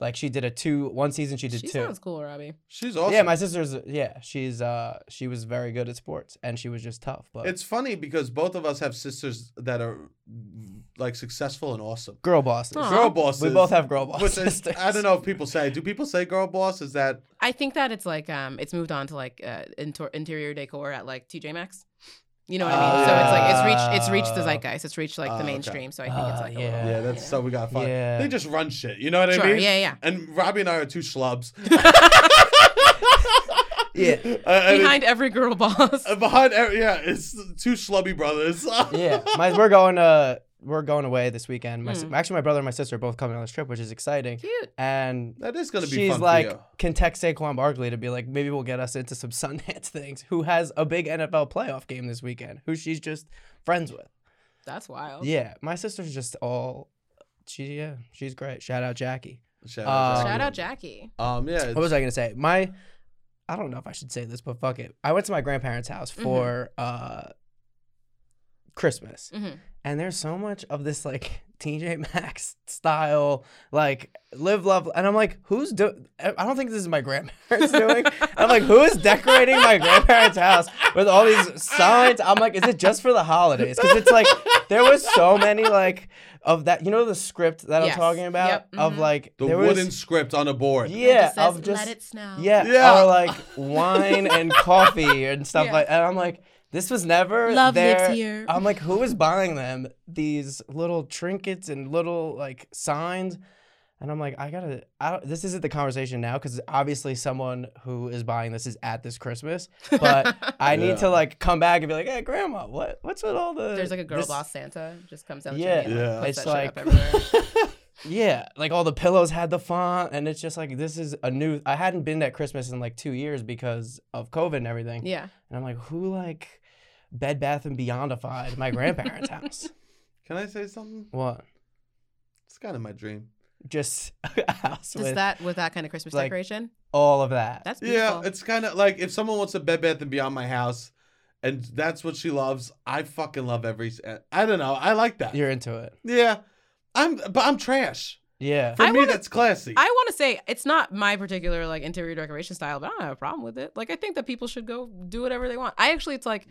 Like she did a two, one season she did She two. sounds cool, Robbie. She's awesome. Yeah, my sister's yeah, she's uh she was very good at sports and she was just tough, but it's funny because both of us have sisters that are like successful and awesome. girl bosses. Aw. Girl bosses. We both have girl Which bosses. is, I don't know if people say. Do people say girl boss? Is that I think that it's like um, it's moved on to like uh, inter- interior decor at like TJ Maxx. You know what I mean? so it's like it's reached it's reached the Oh. zeitgeist. It's reached like Oh, the okay. mainstream. So I think it's Oh, like a yeah. little, Yeah, that's you so we gotta fight. Yeah. They just run shit. You know what know. I sure. mean? Yeah, yeah. And Robbie and I are two schlubs. Yeah. Uh, and it- Behind every girl boss. uh, behind, every- yeah, it's two schlubby brothers. yeah, my, we're going uh we're going away this weekend. My, si- Mm. Actually, my brother and my sister are both coming on this trip, which is exciting. Cute. And that is gonna be she's fun like, for you. can text Saquon Barkley to be like, maybe we'll get us into some Sundance things. Who has a big NFL playoff game this weekend? Who she's just friends with. That's wild. Yeah, my sister's just all. She yeah, she's great. Shout out Jackie. Shout out, Um, Shout out Jackie. Um, yeah, it's- what was I gonna say? My, I don't know if I should say this, but fuck it. I went to my grandparents' house Mm-hmm. for uh, Christmas, Mhm. and there's so much of this like TJ Maxx style, like live love, and I'm like, who's do? I I don't think this is my grandparents doing. I'm like, who is decorating my grandparents' house with all these signs? I'm like, is it just for the holidays? Because it's like there was so many like of that. You know the script that Yes. I'm talking about Yep. of Mhm. like the there wooden was, script on a board. yeah, It says, of just let it snow. Um, yeah, Yeah. or like wine and coffee and stuff Yeah. like. And I'm like, this was never Love there. lives here. I'm like, who is buying them these little trinkets and little like signs? And I'm like, I gotta. I don't, this isn't the conversation now because obviously someone who is buying this is at this Christmas. But I Yeah. need to like come back and be like, hey, Grandma, what what's with all the? There's like a girl this- boss Santa just comes down. the Yeah. chimney and, Yeah. puts It's that shit up like- everywhere. Yeah, like all the pillows had the font, and it's just like this is a new. I hadn't been at Christmas in like two years because of COVID and everything. yeah. And I'm like, who like Bed Bath and Beyondified my grandparents' house? Can I say something? What? It's kind of my dream. Just a house Does with that with that kind of Christmas like- decoration? all of that. That's Yeah, beautiful. it's kind of like if someone wants a Bed Bath and Beyond my house, and that's what she loves. I fucking love every. s- eh, I don't know. I like that. You're into it. yeah, I'm. But I'm trash. Yeah. For I me, wanna- that's classy. I want to say it's not my particular like interior decoration style, but I don't have a problem with it. Like I think that people should go do whatever they want. I actually, it's like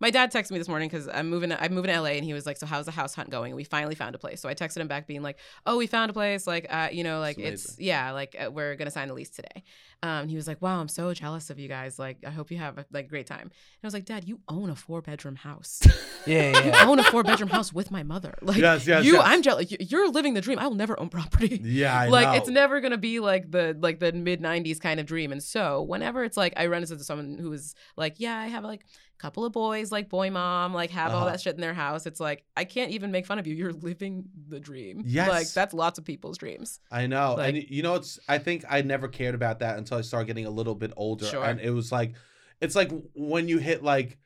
my dad texted me this morning because I'm moving. I'm moving to LA, and he was like, "So how's the house hunt going?" And we finally found a place. So I texted him back, being like, "Oh, we found a place. Like, uh, you know, like amazing. it's yeah, like uh, we're gonna sign the lease today." Um, he was like, "Wow, I'm so jealous of you guys. Like, I hope you have a like great time." And I was like, "Dad, you own a four bedroom house." Yeah. yeah, you yeah. own a four bedroom house with my mother. Like Yes, yes, you, yes. I'm jealous. You- You're living the dream. I will never own property. yeah, I like know. it's never gonna be like the like the mid '90s kind of dream. And so whenever it's like I run into someone who is like, yeah, I have like a couple of boys, like boy mom, like have all Uh-huh. that shit in their house. It's like I can't even make fun of you. You're living the dream. Yes. like that's lots of people's dreams. I know. Like- and you know, it's I think I never cared about that until I started getting a little bit older. Sure. And it was like it's like when you hit like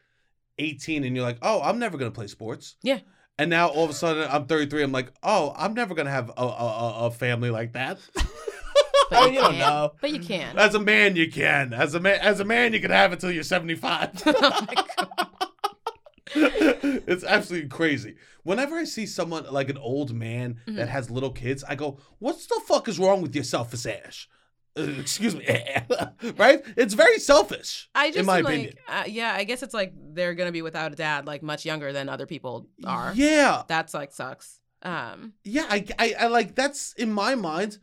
18 and you're like, "Oh, I'm never going to play sports." Yeah. And now all of a sudden I'm 33, I'm like, "Oh, I'm never going to have a, a a- a family like that." But I mean, Oh, you don't can. know. But you can. As a man, you can. As a man, as a man, you can have it till you're 75. it's absolutely crazy. Whenever I see someone like an old man Mm-hmm. that has little kids, I go, "What's the fuck is wrong with your selfish ass?" Uh, excuse me, right? It's very selfish. I just in my am like, opinion, uh, yeah, I guess it's like they're gonna be without a dad, like much younger than other people are. yeah, That's like sucks. Um, yeah. I, I, I like that's in my mind.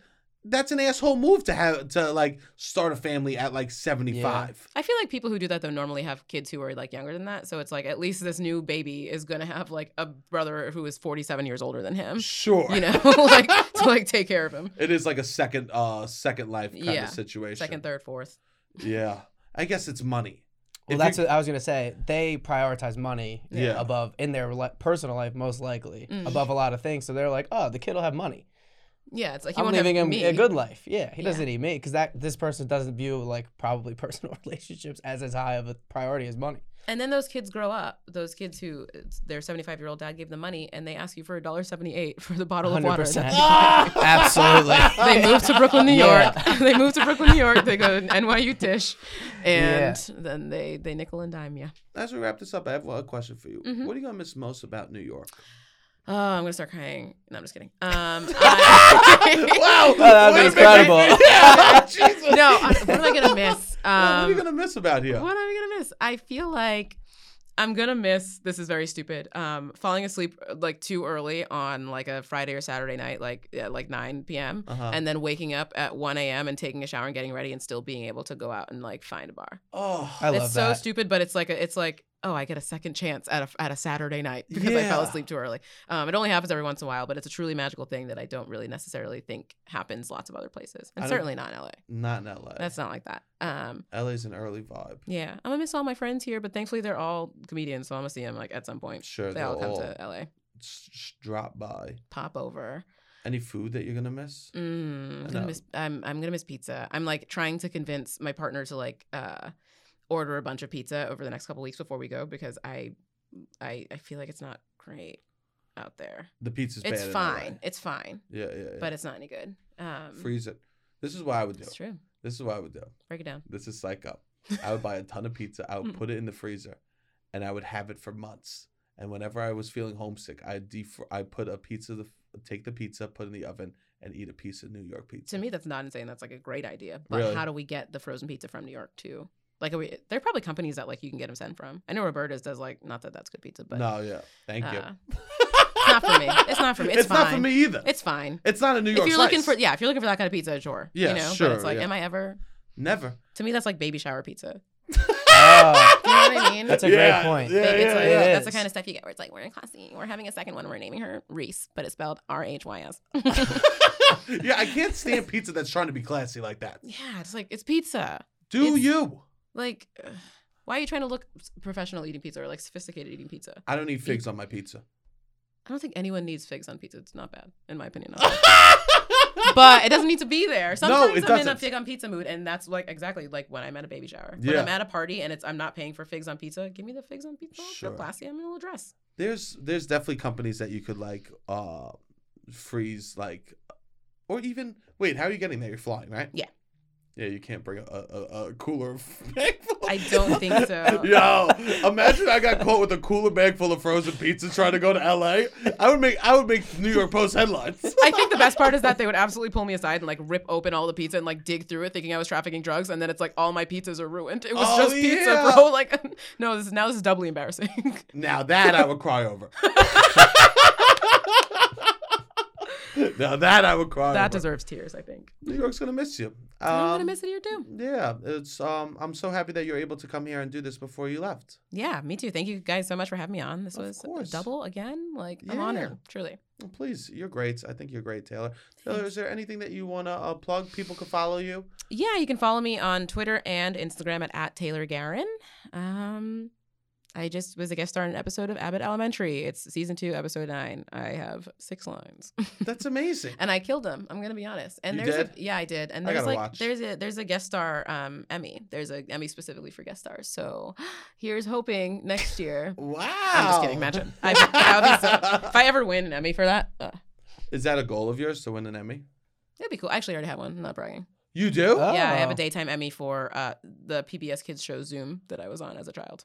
That's an asshole move to have to like start a family at like 75. I feel like people who do that though normally have kids who are like younger than that. So it's like at least this new baby is gonna have like a brother who is 47 years older than him. Sure, Um, You know, like to like take care of him. it is like a second, uh, second life kind Yeah. of situation. Second, third, fourth. Yeah, I guess it's money. Well, If that's you- what I was gonna say. They prioritize money Yeah. above in their li- personal life, most likely Mm. above a lot of things. So they're like, oh, the kid will have money. Yeah, it's like he I'm won't have living him me. a good life. Yeah, he Yeah. doesn't need me because that this person doesn't view like probably personal relationships as as high of a priority as money. And then those kids grow up. Those kids who it's- their 75 year old dad gave them money and they ask you for a dollar 78 for the bottle of water. 100%. Ah! Absolutely. They move to Brooklyn, New York. Yeah. they move to Brooklyn, New York. They go to NYU Tisch, and then they they nickel and dime you. As we wrap this up, I have a question for you. Mhm. What are you gonna miss most about New York? Oh, I'm gonna start crying. No, I'm just kidding. Um, I, wow, that way was to make that- incredible. Yeah, Jesus. no, I- what am I gonna miss? Yeah, what are you Um, gonna miss about here? what am I gonna miss? I feel like I'm gonna miss. This is very stupid. Um, falling asleep uh, like too early on like a Friday or Saturday night, like at like 9 p.m. Uh-huh. And then waking up at 1 a.m. and taking a shower and getting ready and still being able to go out and like find a bar. oh, I love it's so that. stupid, but it's like a, it's like oh, I get a second chance at a at a Saturday night because I fell Yeah. asleep too early. Um, it only happens every once in a while, but it's a truly magical thing that I don't really necessarily think happens lots of other places, I and don't- certainly not in LA. not in LA. That's not like that. Um, LA's an early vibe. yeah, I'm gonna miss all my friends here, but thankfully they're all comedians, so I'm gonna see them like at some point. Sure, they all they'll come all to LA, s- s- drop by. pop over. Any food that you're gonna miss? Mm, I'm, know. gonna miss, I'm, I'm gonna miss pizza. I'm like trying to convince my partner to like uh, order a bunch of pizza over the next couple weeks before we go because I, I, I feel like it's not great out there. The pizza's It's bad in LA. fine. It's fine, Yeah, yeah, yeah. but it's not any good. Um, freeze it. This is what I would do. It's true. This is what I would do. Break it down. This is psycho. I would buy a ton of pizza. I Hmm. would put it in the freezer, and I would have it for months. And whenever I was feeling homesick, I def- I put a pizza, the- take the pizza, put it in the oven, and eat a piece of New York pizza. To me, that's not insane. That's like a great idea. But Really? how do we get the frozen pizza from New York too? Like, are we, there are probably companies that like you can get them sent from. I know Roberta's does like not that that's good pizza, but no, yeah, thank you. uh, it's not for me. It's not for me. It's, fine. not for me either. It's, It's fine. not a New York. if you're looking for slice. yeah, if you're looking for that kind of pizza, sure. Yeah, you know, sure, But it's like, yeah. am I ever? never. To me, that's like baby shower pizza. Do Oh, you know what I mean? that's a Yeah, great point. yeah, Like, it's like, It that's the is. kind of stuff you get where it's like, we're in classy, we're having a second one, we're naming her Reese, but it's spelled R H Y S. yeah, I can't stand pizza that's trying to be classy like that. Yeah, it's like it's pizza. Do It's- you? Like, ugh, why are you trying to look s- professional eating pizza or like sophisticated eating pizza? I don't need figs on my pizza. I don't think anyone needs figs on pizza. It's not bad, in my opinion. not bad. but it doesn't need to be there. Sometimes it I'm in doesn't. a fig on pizza mood, and that's like exactly like when I'm at a baby shower. When Yeah. I'm at a party and it's I'm not paying for figs on pizza. Give me the figs on pizza. Sure. Sure. classy. I'm in a little dress. There's there's definitely companies that you could like uh freeze like or even wait, how are you getting there? You're flying, right? Yeah. Yeah, you can't bring a, a, a- a cooler. of- I don't think so. Yo, imagine I got caught with a cooler bag full of frozen pizza trying to go to LA. I would make I would make New York Post headlines. I think the best part is that they would absolutely pull me aside and like rip open all the pizza and like dig through it, thinking I was trafficking drugs, and then it's like all my pizzas are ruined. It was Oh, just pizza, yeah. bro. Like, no, this is now this is doubly embarrassing. Now that I would cry over. now that I would cry. that over. deserves tears, I think. New York's gonna miss you. I'm Um, gonna miss it here too. Yeah, it's. Um, I'm so happy that you're able to come here and do this before you left. Yeah, me too. Thank you guys so much for having me on. This Of was course. a double again. Like I'm Yeah. honored, truly. Well, Oh, Please, you're great. I think you're great, Taylor. Taylor, is there anything that you wanna uh, plug? People could follow you. Yeah, you can follow me on Twitter and Instagram at, at Taylor Garin. Um, I just was a guest star in an episode of Abbott Elementary. It's season two, episode nine. I have six lines. That's amazing. and I killed him. I'm gonna be honest. And You there's did? A, yeah, I did. And I there's gotta like watch. there's a there's a guest star um Emmy. There's a Emmy specifically for guest stars. So here's hoping next year. Wow. I'm just kidding. Imagine. I, that would be so, if I ever win an Emmy for that, uh, Is that a goal of yours to win an Emmy? that'd be cool. I actually already had one. I'm not bragging. You do? Yeah, I have Oh. a daytime Emmy for uh, the PBS kids show Zoom that I was on as a child.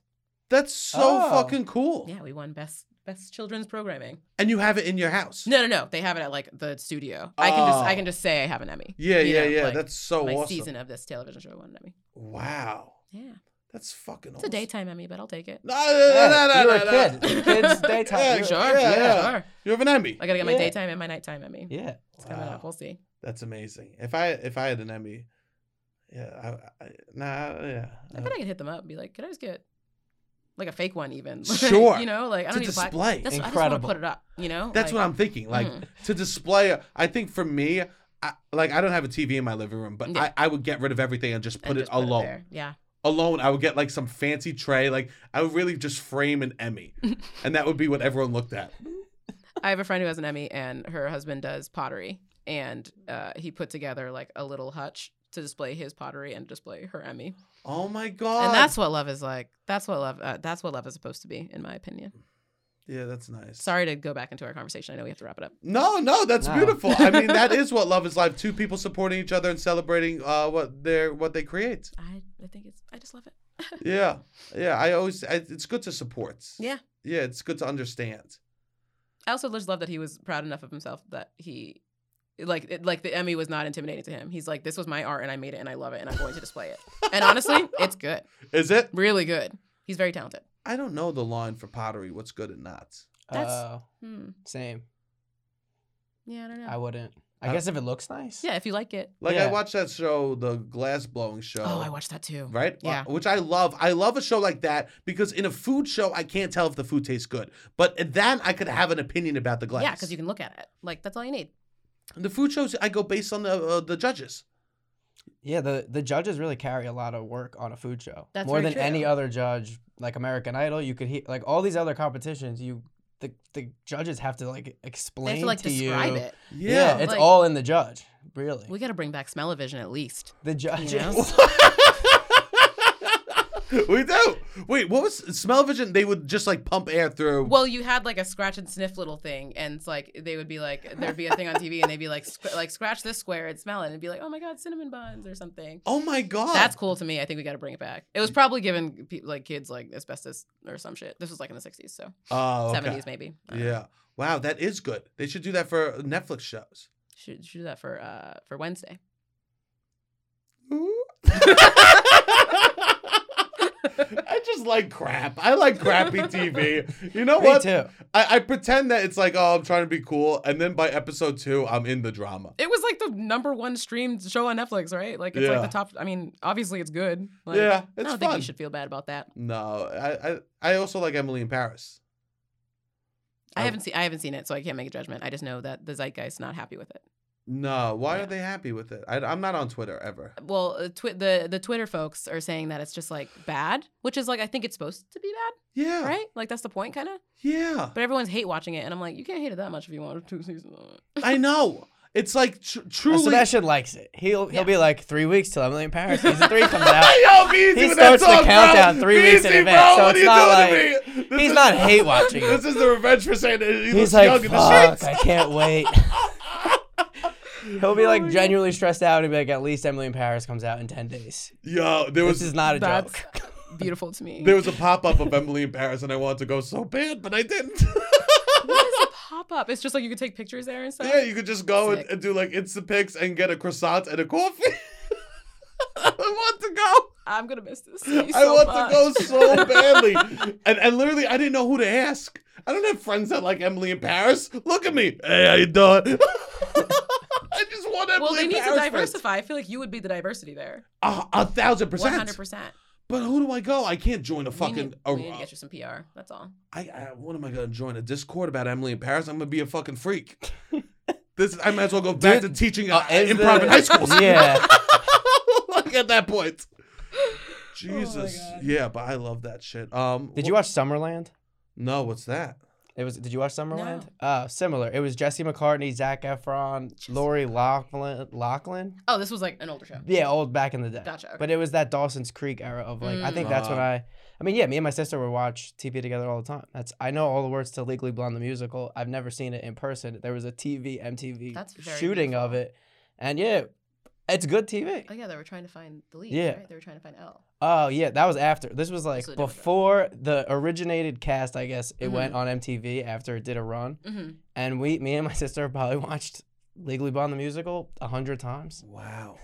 That's so Oh. fucking cool. Yeah, we won best best children's programming. And you have it in your house. No, no, no. They have it at like the studio. I can just Oh. I can just say I have an Emmy. Yeah, You yeah, know, yeah. like, That's so my awesome. season of this television show won an Emmy. Wow. Yeah. That's fucking It's awesome. a daytime Emmy, but I'll take it. No, no, no, no, no, you no, were a no. kid. Kids daytime. Yeah, you were- Sure, yeah, yeah, yeah. sure. You have an Emmy. I gotta get my Yeah. daytime and my nighttime Emmy. Yeah. It's coming Wow. up. We'll see. That's amazing. If I if I had an Emmy, yeah, I, I nah, yeah. uh, I bet I could hit them up and be like, "Can I just get like a fake one, even?" Sure. you know, like I to don't need a black. display. That's I just want Incredible. to put it up. You know, mm-hmm. That's what I'm thinking. Like to display. uh, I think for me, I, like I don't have a TV in my living room, but Yeah. I, I would get rid of everything and just put it alone. there. yeah, alone, I would get like some fancy tray. Like I would really just frame an Emmy, and that would be what everyone looked at. I have a friend who has an Emmy, and her husband does pottery, and uh, he put together like a little hutch to display his pottery and display her Emmy. Oh my god! And that's what love is like. That's what love. Uh, that's what love is supposed to be, in my opinion. yeah, that's nice. Sorry to go back into our conversation. I know we have to wrap it up. No, no, that's No. beautiful. I mean, that is what love is like. Two people supporting each other and celebrating uh, what they're what they create. I I think it's. I just love it. Yeah, yeah. I always, I, it's good to support. Yeah. yeah. It's good to understand. I also just love that he was proud enough of himself that he, like, it, like the Emmy was not intimidating to him. He's like, this was my art and I made it and I love it and I'm going to display it. And honestly, it's good, Is it? really good. He's very talented. I don't know the line for pottery. What's good and not. That's- Oh, Hmm. same. Yeah, I don't know. I wouldn't. I Uh, guess if it looks nice. yeah, if you like it. Like I Yeah. watched that show, the glass blowing show. Oh, I watched that too. right? Wh- Yeah. Which I love. I love a show like that because in a food show, I can't tell if the food tastes good, but then I could have an opinion about the glass. Yeah, because you can look at it. Like that's all you need. the food shows I go based on the uh, the judges. Yeah, the the judges really carry a lot of work on a food show. That's More very than any true. other judge, like American Idol, you could hear like all these other competitions. You the the judges have to like They explain have to like to describe you. it. Yeah, it's like- all in the judge, really. We got to bring back smell-o-vision at least. the judges. we do. Wait, what was smell vision? They would just like pump air through. Well, you had like a scratch and sniff little thing, and it's like they would be like, there'd be a thing on TV, and they'd be like, sc- like scratch this square and smell it, and it'd be like, oh my god, cinnamon buns or something. oh my god, That's cool to me. I think we got to bring it back. It was probably given pe- like kids like asbestos or some shit. This was like in the sixties, so Oh, okay. seventies maybe. I don't know. Yeah. Wow, that is good. They should do that for Netflix shows. should, should do that for uh for Wednesday. I just like crap. I like crappy TV. You know Me what? too. I, I pretend that it's like, oh, I'm trying to be cool, and then by episode two, I'm in the drama. It was like the number one streamed show on Netflix, right? Like it's Yeah. like the top. I mean, obviously it's good. Like, yeah, I it's don't fun. think you should feel bad about that. No, I, I I also like Emily in Paris. I Oh. haven't haven't. seen I haven't seen it, so I can't make a judgment. I just know that the zeitgeist's not happy with it. No, why Yeah. are they happy with it? I, I'm not on Twitter ever. Well, uh, twi- the the Twitter folks are saying that it's just like bad, which is like I think it's supposed to be bad, Yeah, right? Like that's the point, kind of. yeah, But everyone's hate watching it, and I'm like, you can't hate it that much if you want two seasons. of it. I know. It's like tr- Now, truly. Sebastian likes it. He'll he'll Yeah. be like three weeks till Emily in Paris season three comes out. Yo, be easy He with starts that song, the bro. countdown three Be weeks in easy, bro. advance, so What it's are you not doing to me? This he's is- not hate watching it. This is the revenge for saying that he looks He's young like, in the fuck, streets. I can't wait. He'll be like genuinely stressed out and be like, at least Emily in Paris comes out in ten days. Yo, there This was is not a That's joke. beautiful to me. there was a pop up of Emily in Paris, and I wanted to go so bad, but I didn't. what is a pop up? It's just like you can take pictures there and stuff. yeah, you could just go and, Sick. and do like Insta pics and get a croissant and a coffee. I want to go. I'm gonna miss this. I want to go so badly. and, and literally, I didn't know who to ask. I don't have friends that like Emily in Paris. Look at me. Hey, how you doing? I just want Emily Well, they in need to Paris friends. diversify. I feel like you would be the diversity there. A, a thousand One percent. hundred percent. But who do I go? I can't join a We fucking. need, a- we need to get you some PR. That's all. I, I what am I gonna join a Discord about Emily in Paris? I'm gonna be a fucking freak. this I might as well go back Dude, to teaching uh, uh, is improv the- in high schools. Yeah. like at that point. Jesus, God. yeah, but I love that shit. Um, Did wh- you watch Summerland? No, what's that? It was. Did you watch Summerland? Uh, similar. It was Jesse McCartney, Zach Efron, Lori Loughlin. Lachlan. Oh, this was like an older show. Yeah, old back in the day. Gotcha, okay. But it was that Dawson's Creek era of like. I think that's when Mm. I. I mean, yeah, me and my sister would watch TV together all the time. That's I know all the words to Legally Blonde the musical. I've never seen it in person. There was a TV MTV That's very shooting of it, and yeah, it's good TV. Oh yeah, they were trying to find the lead. Yeah. right? they were trying to find L. Oh yeah, that was after. This was like was a different before the originated cast. I guess it went on MTV after it did a run. Mm-hmm. and we, me and my sister, probably watched Legally Blonde the musical a hundred times. Wow,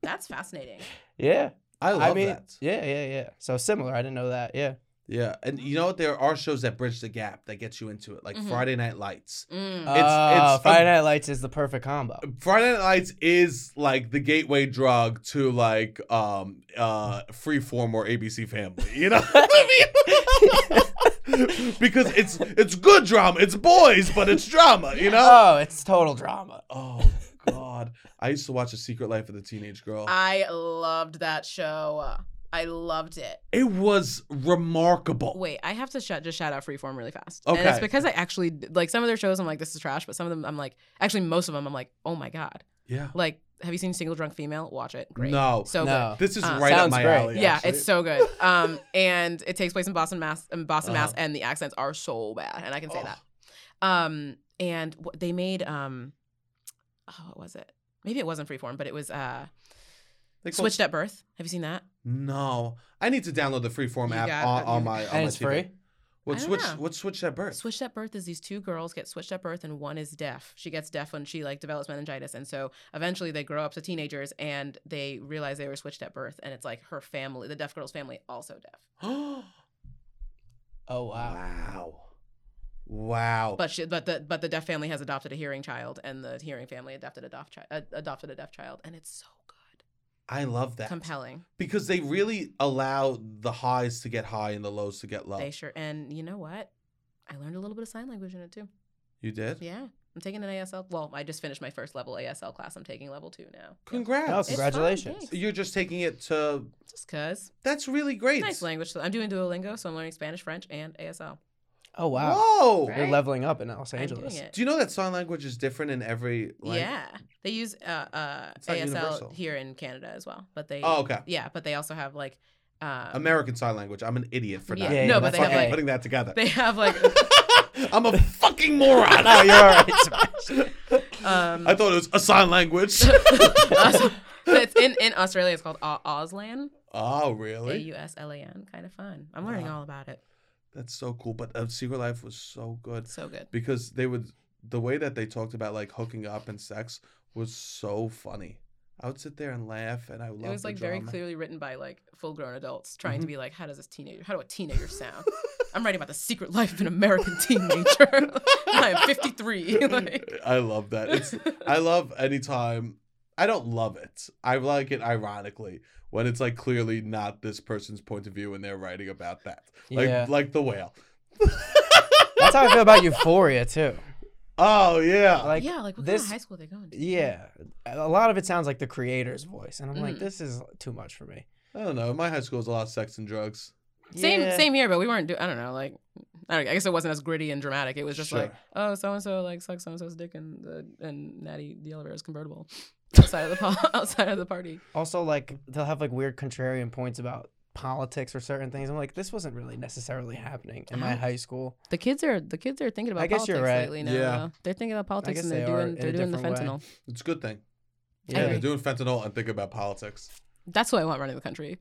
That's fascinating. Yeah, I love I mean, that. yeah, yeah, yeah. So similar. I didn't know that. Yeah, Yeah, and you know what? There are shows that bridge the gap that gets you into it, like Mm-hmm. Mhm. Friday Night Lights. Mm. it's, it's- Uh, Friday Night Lights is the perfect combo. Friday Night Lights is like the gateway drug to like um uh Freeform or ABC Family. You know what I mean? because it's it's good drama. It's boys, but it's drama. You Uh, know? Oh, it's total drama. Oh God, I used to watch The Secret Life of the Teenage Girl. Uh, I loved that show. I loved it. It was remarkable. Wait, I have to shout, just shout out Freeform really fast. And it's Okay. because I actually like some of their shows. I'm like, this is trash. But some of them, I'm like, actually most of them, I'm like, oh my god. Yeah. Like, have you seen Single Drunk Female? Watch it. Great. No. So good. no, This is Uh, right up sounds my great. alley. Yeah, actually. it's so good. Um, and it takes place in Boston, Mass. In Boston, Mass, Uh-huh. and the accents are so bad, and I can say Oh. that. Um, and wh- they made um, oh, what was it? Maybe it wasn't Freeform, but it was uh, They call- Switched at Birth. Have you seen that? No, I need to download the Freeform You app got- on, on you- my. On and my it's TV. free. What I don't switch? know. What switch at birth? Switched at Birth is these two girls get switched at birth, and one is deaf. She gets deaf when she like develops meningitis, and so eventually they grow up to teenagers, and they realize they were switched at birth, and it's like her family, the deaf girl's family, also deaf. Oh wow. Wow. Wow. But she, but the but the deaf family has adopted a hearing child, and the hearing family adopted a deaf child, adopted a deaf child, and it's so good, I love that. compelling. because they really allow the highs to get high and the lows to get low. They sure, and you know what? I learned a little bit of sign language in it too. you did? Yeah, I'm taking an ASL. Well, I just finished my first level ASL class. I'm taking level two now. Yeah. Congrats. Oh, fun, congratulations. thanks. You're just taking it to Just cause that's really great. nice language. So I'm doing Duolingo, so I'm learning Spanish, French, and ASL. Oh wow. Whoa. You're Right? leveling up in Los I'm doing Angeles. it. Do you know that sign language is different in every language? yeah, they use uh, uh, It's not ASL universal. here in Canada as well, but they Oh, okay. yeah, but they also have like um, American Sign Language. I'm an idiot for Yeah. not Yeah, yeah, no, but that's they have fucking okay. like putting that together. they have like I'm a fucking moron. No, you're all right, Sebastian. um, I thought it was a sign language. Aus- it's in, in Australia. It's called Au- Auslan. oh, A really? U S L A N. Kind of fun. I'm learning Wow. all about it. That's so cool. But uh, Secret Life was so good. So good. because they would the way that they talked about like hooking up and sex was so funny. I would sit there and laugh, and I loved It was the like very drama. clearly written by like full grown adults trying Mhm. to be like, how does this teenager, how do a teenager sound? I'm writing about the secret life of an American teenager. I am 53. like, I love that. It's I love anytime. I don't love it. I like it ironically when it's like clearly not this person's point of view and they're writing about that. Like Yeah. like the whale. That's how I feel about Euphoria too. Oh yeah. Like yeah, like what kind this- of high school are they going to? yeah, a lot of it sounds like the creator's voice, and I'm like, Mm. this is too much for me. I don't know. My high school was a lot of sex and drugs. Same Yeah. same year, but we weren't do I don't know, like I, don't, I guess it wasn't as gritty and dramatic. It was just like, Sure. oh, so and so like sucked so and so's dick and the and Natty De Oliveira's convertible outside of the pa- outside of the party. Also, like they'll have like weird contrarian points about politics or certain things. I'm like, this wasn't really necessarily happening in my How- high school. The kids are the kids are thinking about I guess politics you're right. lately now. Yeah. though. They're thinking about politics guess and they're they are doing in a they're doing the different way. fentanyl. It's a good thing. I Yeah, agree. they're doing fentanyl and think about politics. That's why I want running the country.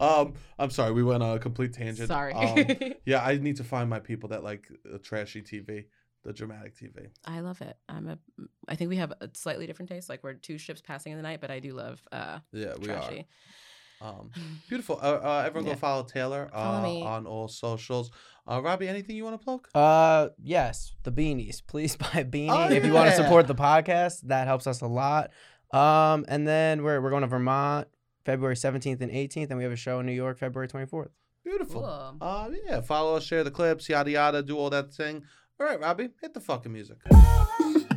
um, I'm sorry, we went on a complete tangent. Sorry. Um, yeah, I need to find my people that like uh, trashy TV, the dramatic TV. I love it. I'm a I think we have a slightly different taste. Like we're two ships passing in the night, but I do love uh Yeah, we are. trashy. Um, beautiful. Uh, uh, everyone Yeah. go follow Taylor Follow uh, me. on all socials. Uh, Robbie, anything you want to plug? Uh, yes, the beanies. Please buy a beanie Oh, if you want to yeah. support the podcast. That helps us a lot. Um, and then we're we're going to Vermont February 17th and 18th, and we have a show in New York February 24th. Beautiful. Cool. Uh, yeah, follow us, share the clips, yada yada, do all that thing. All right, Robbie, hit the fucking music. Thank you.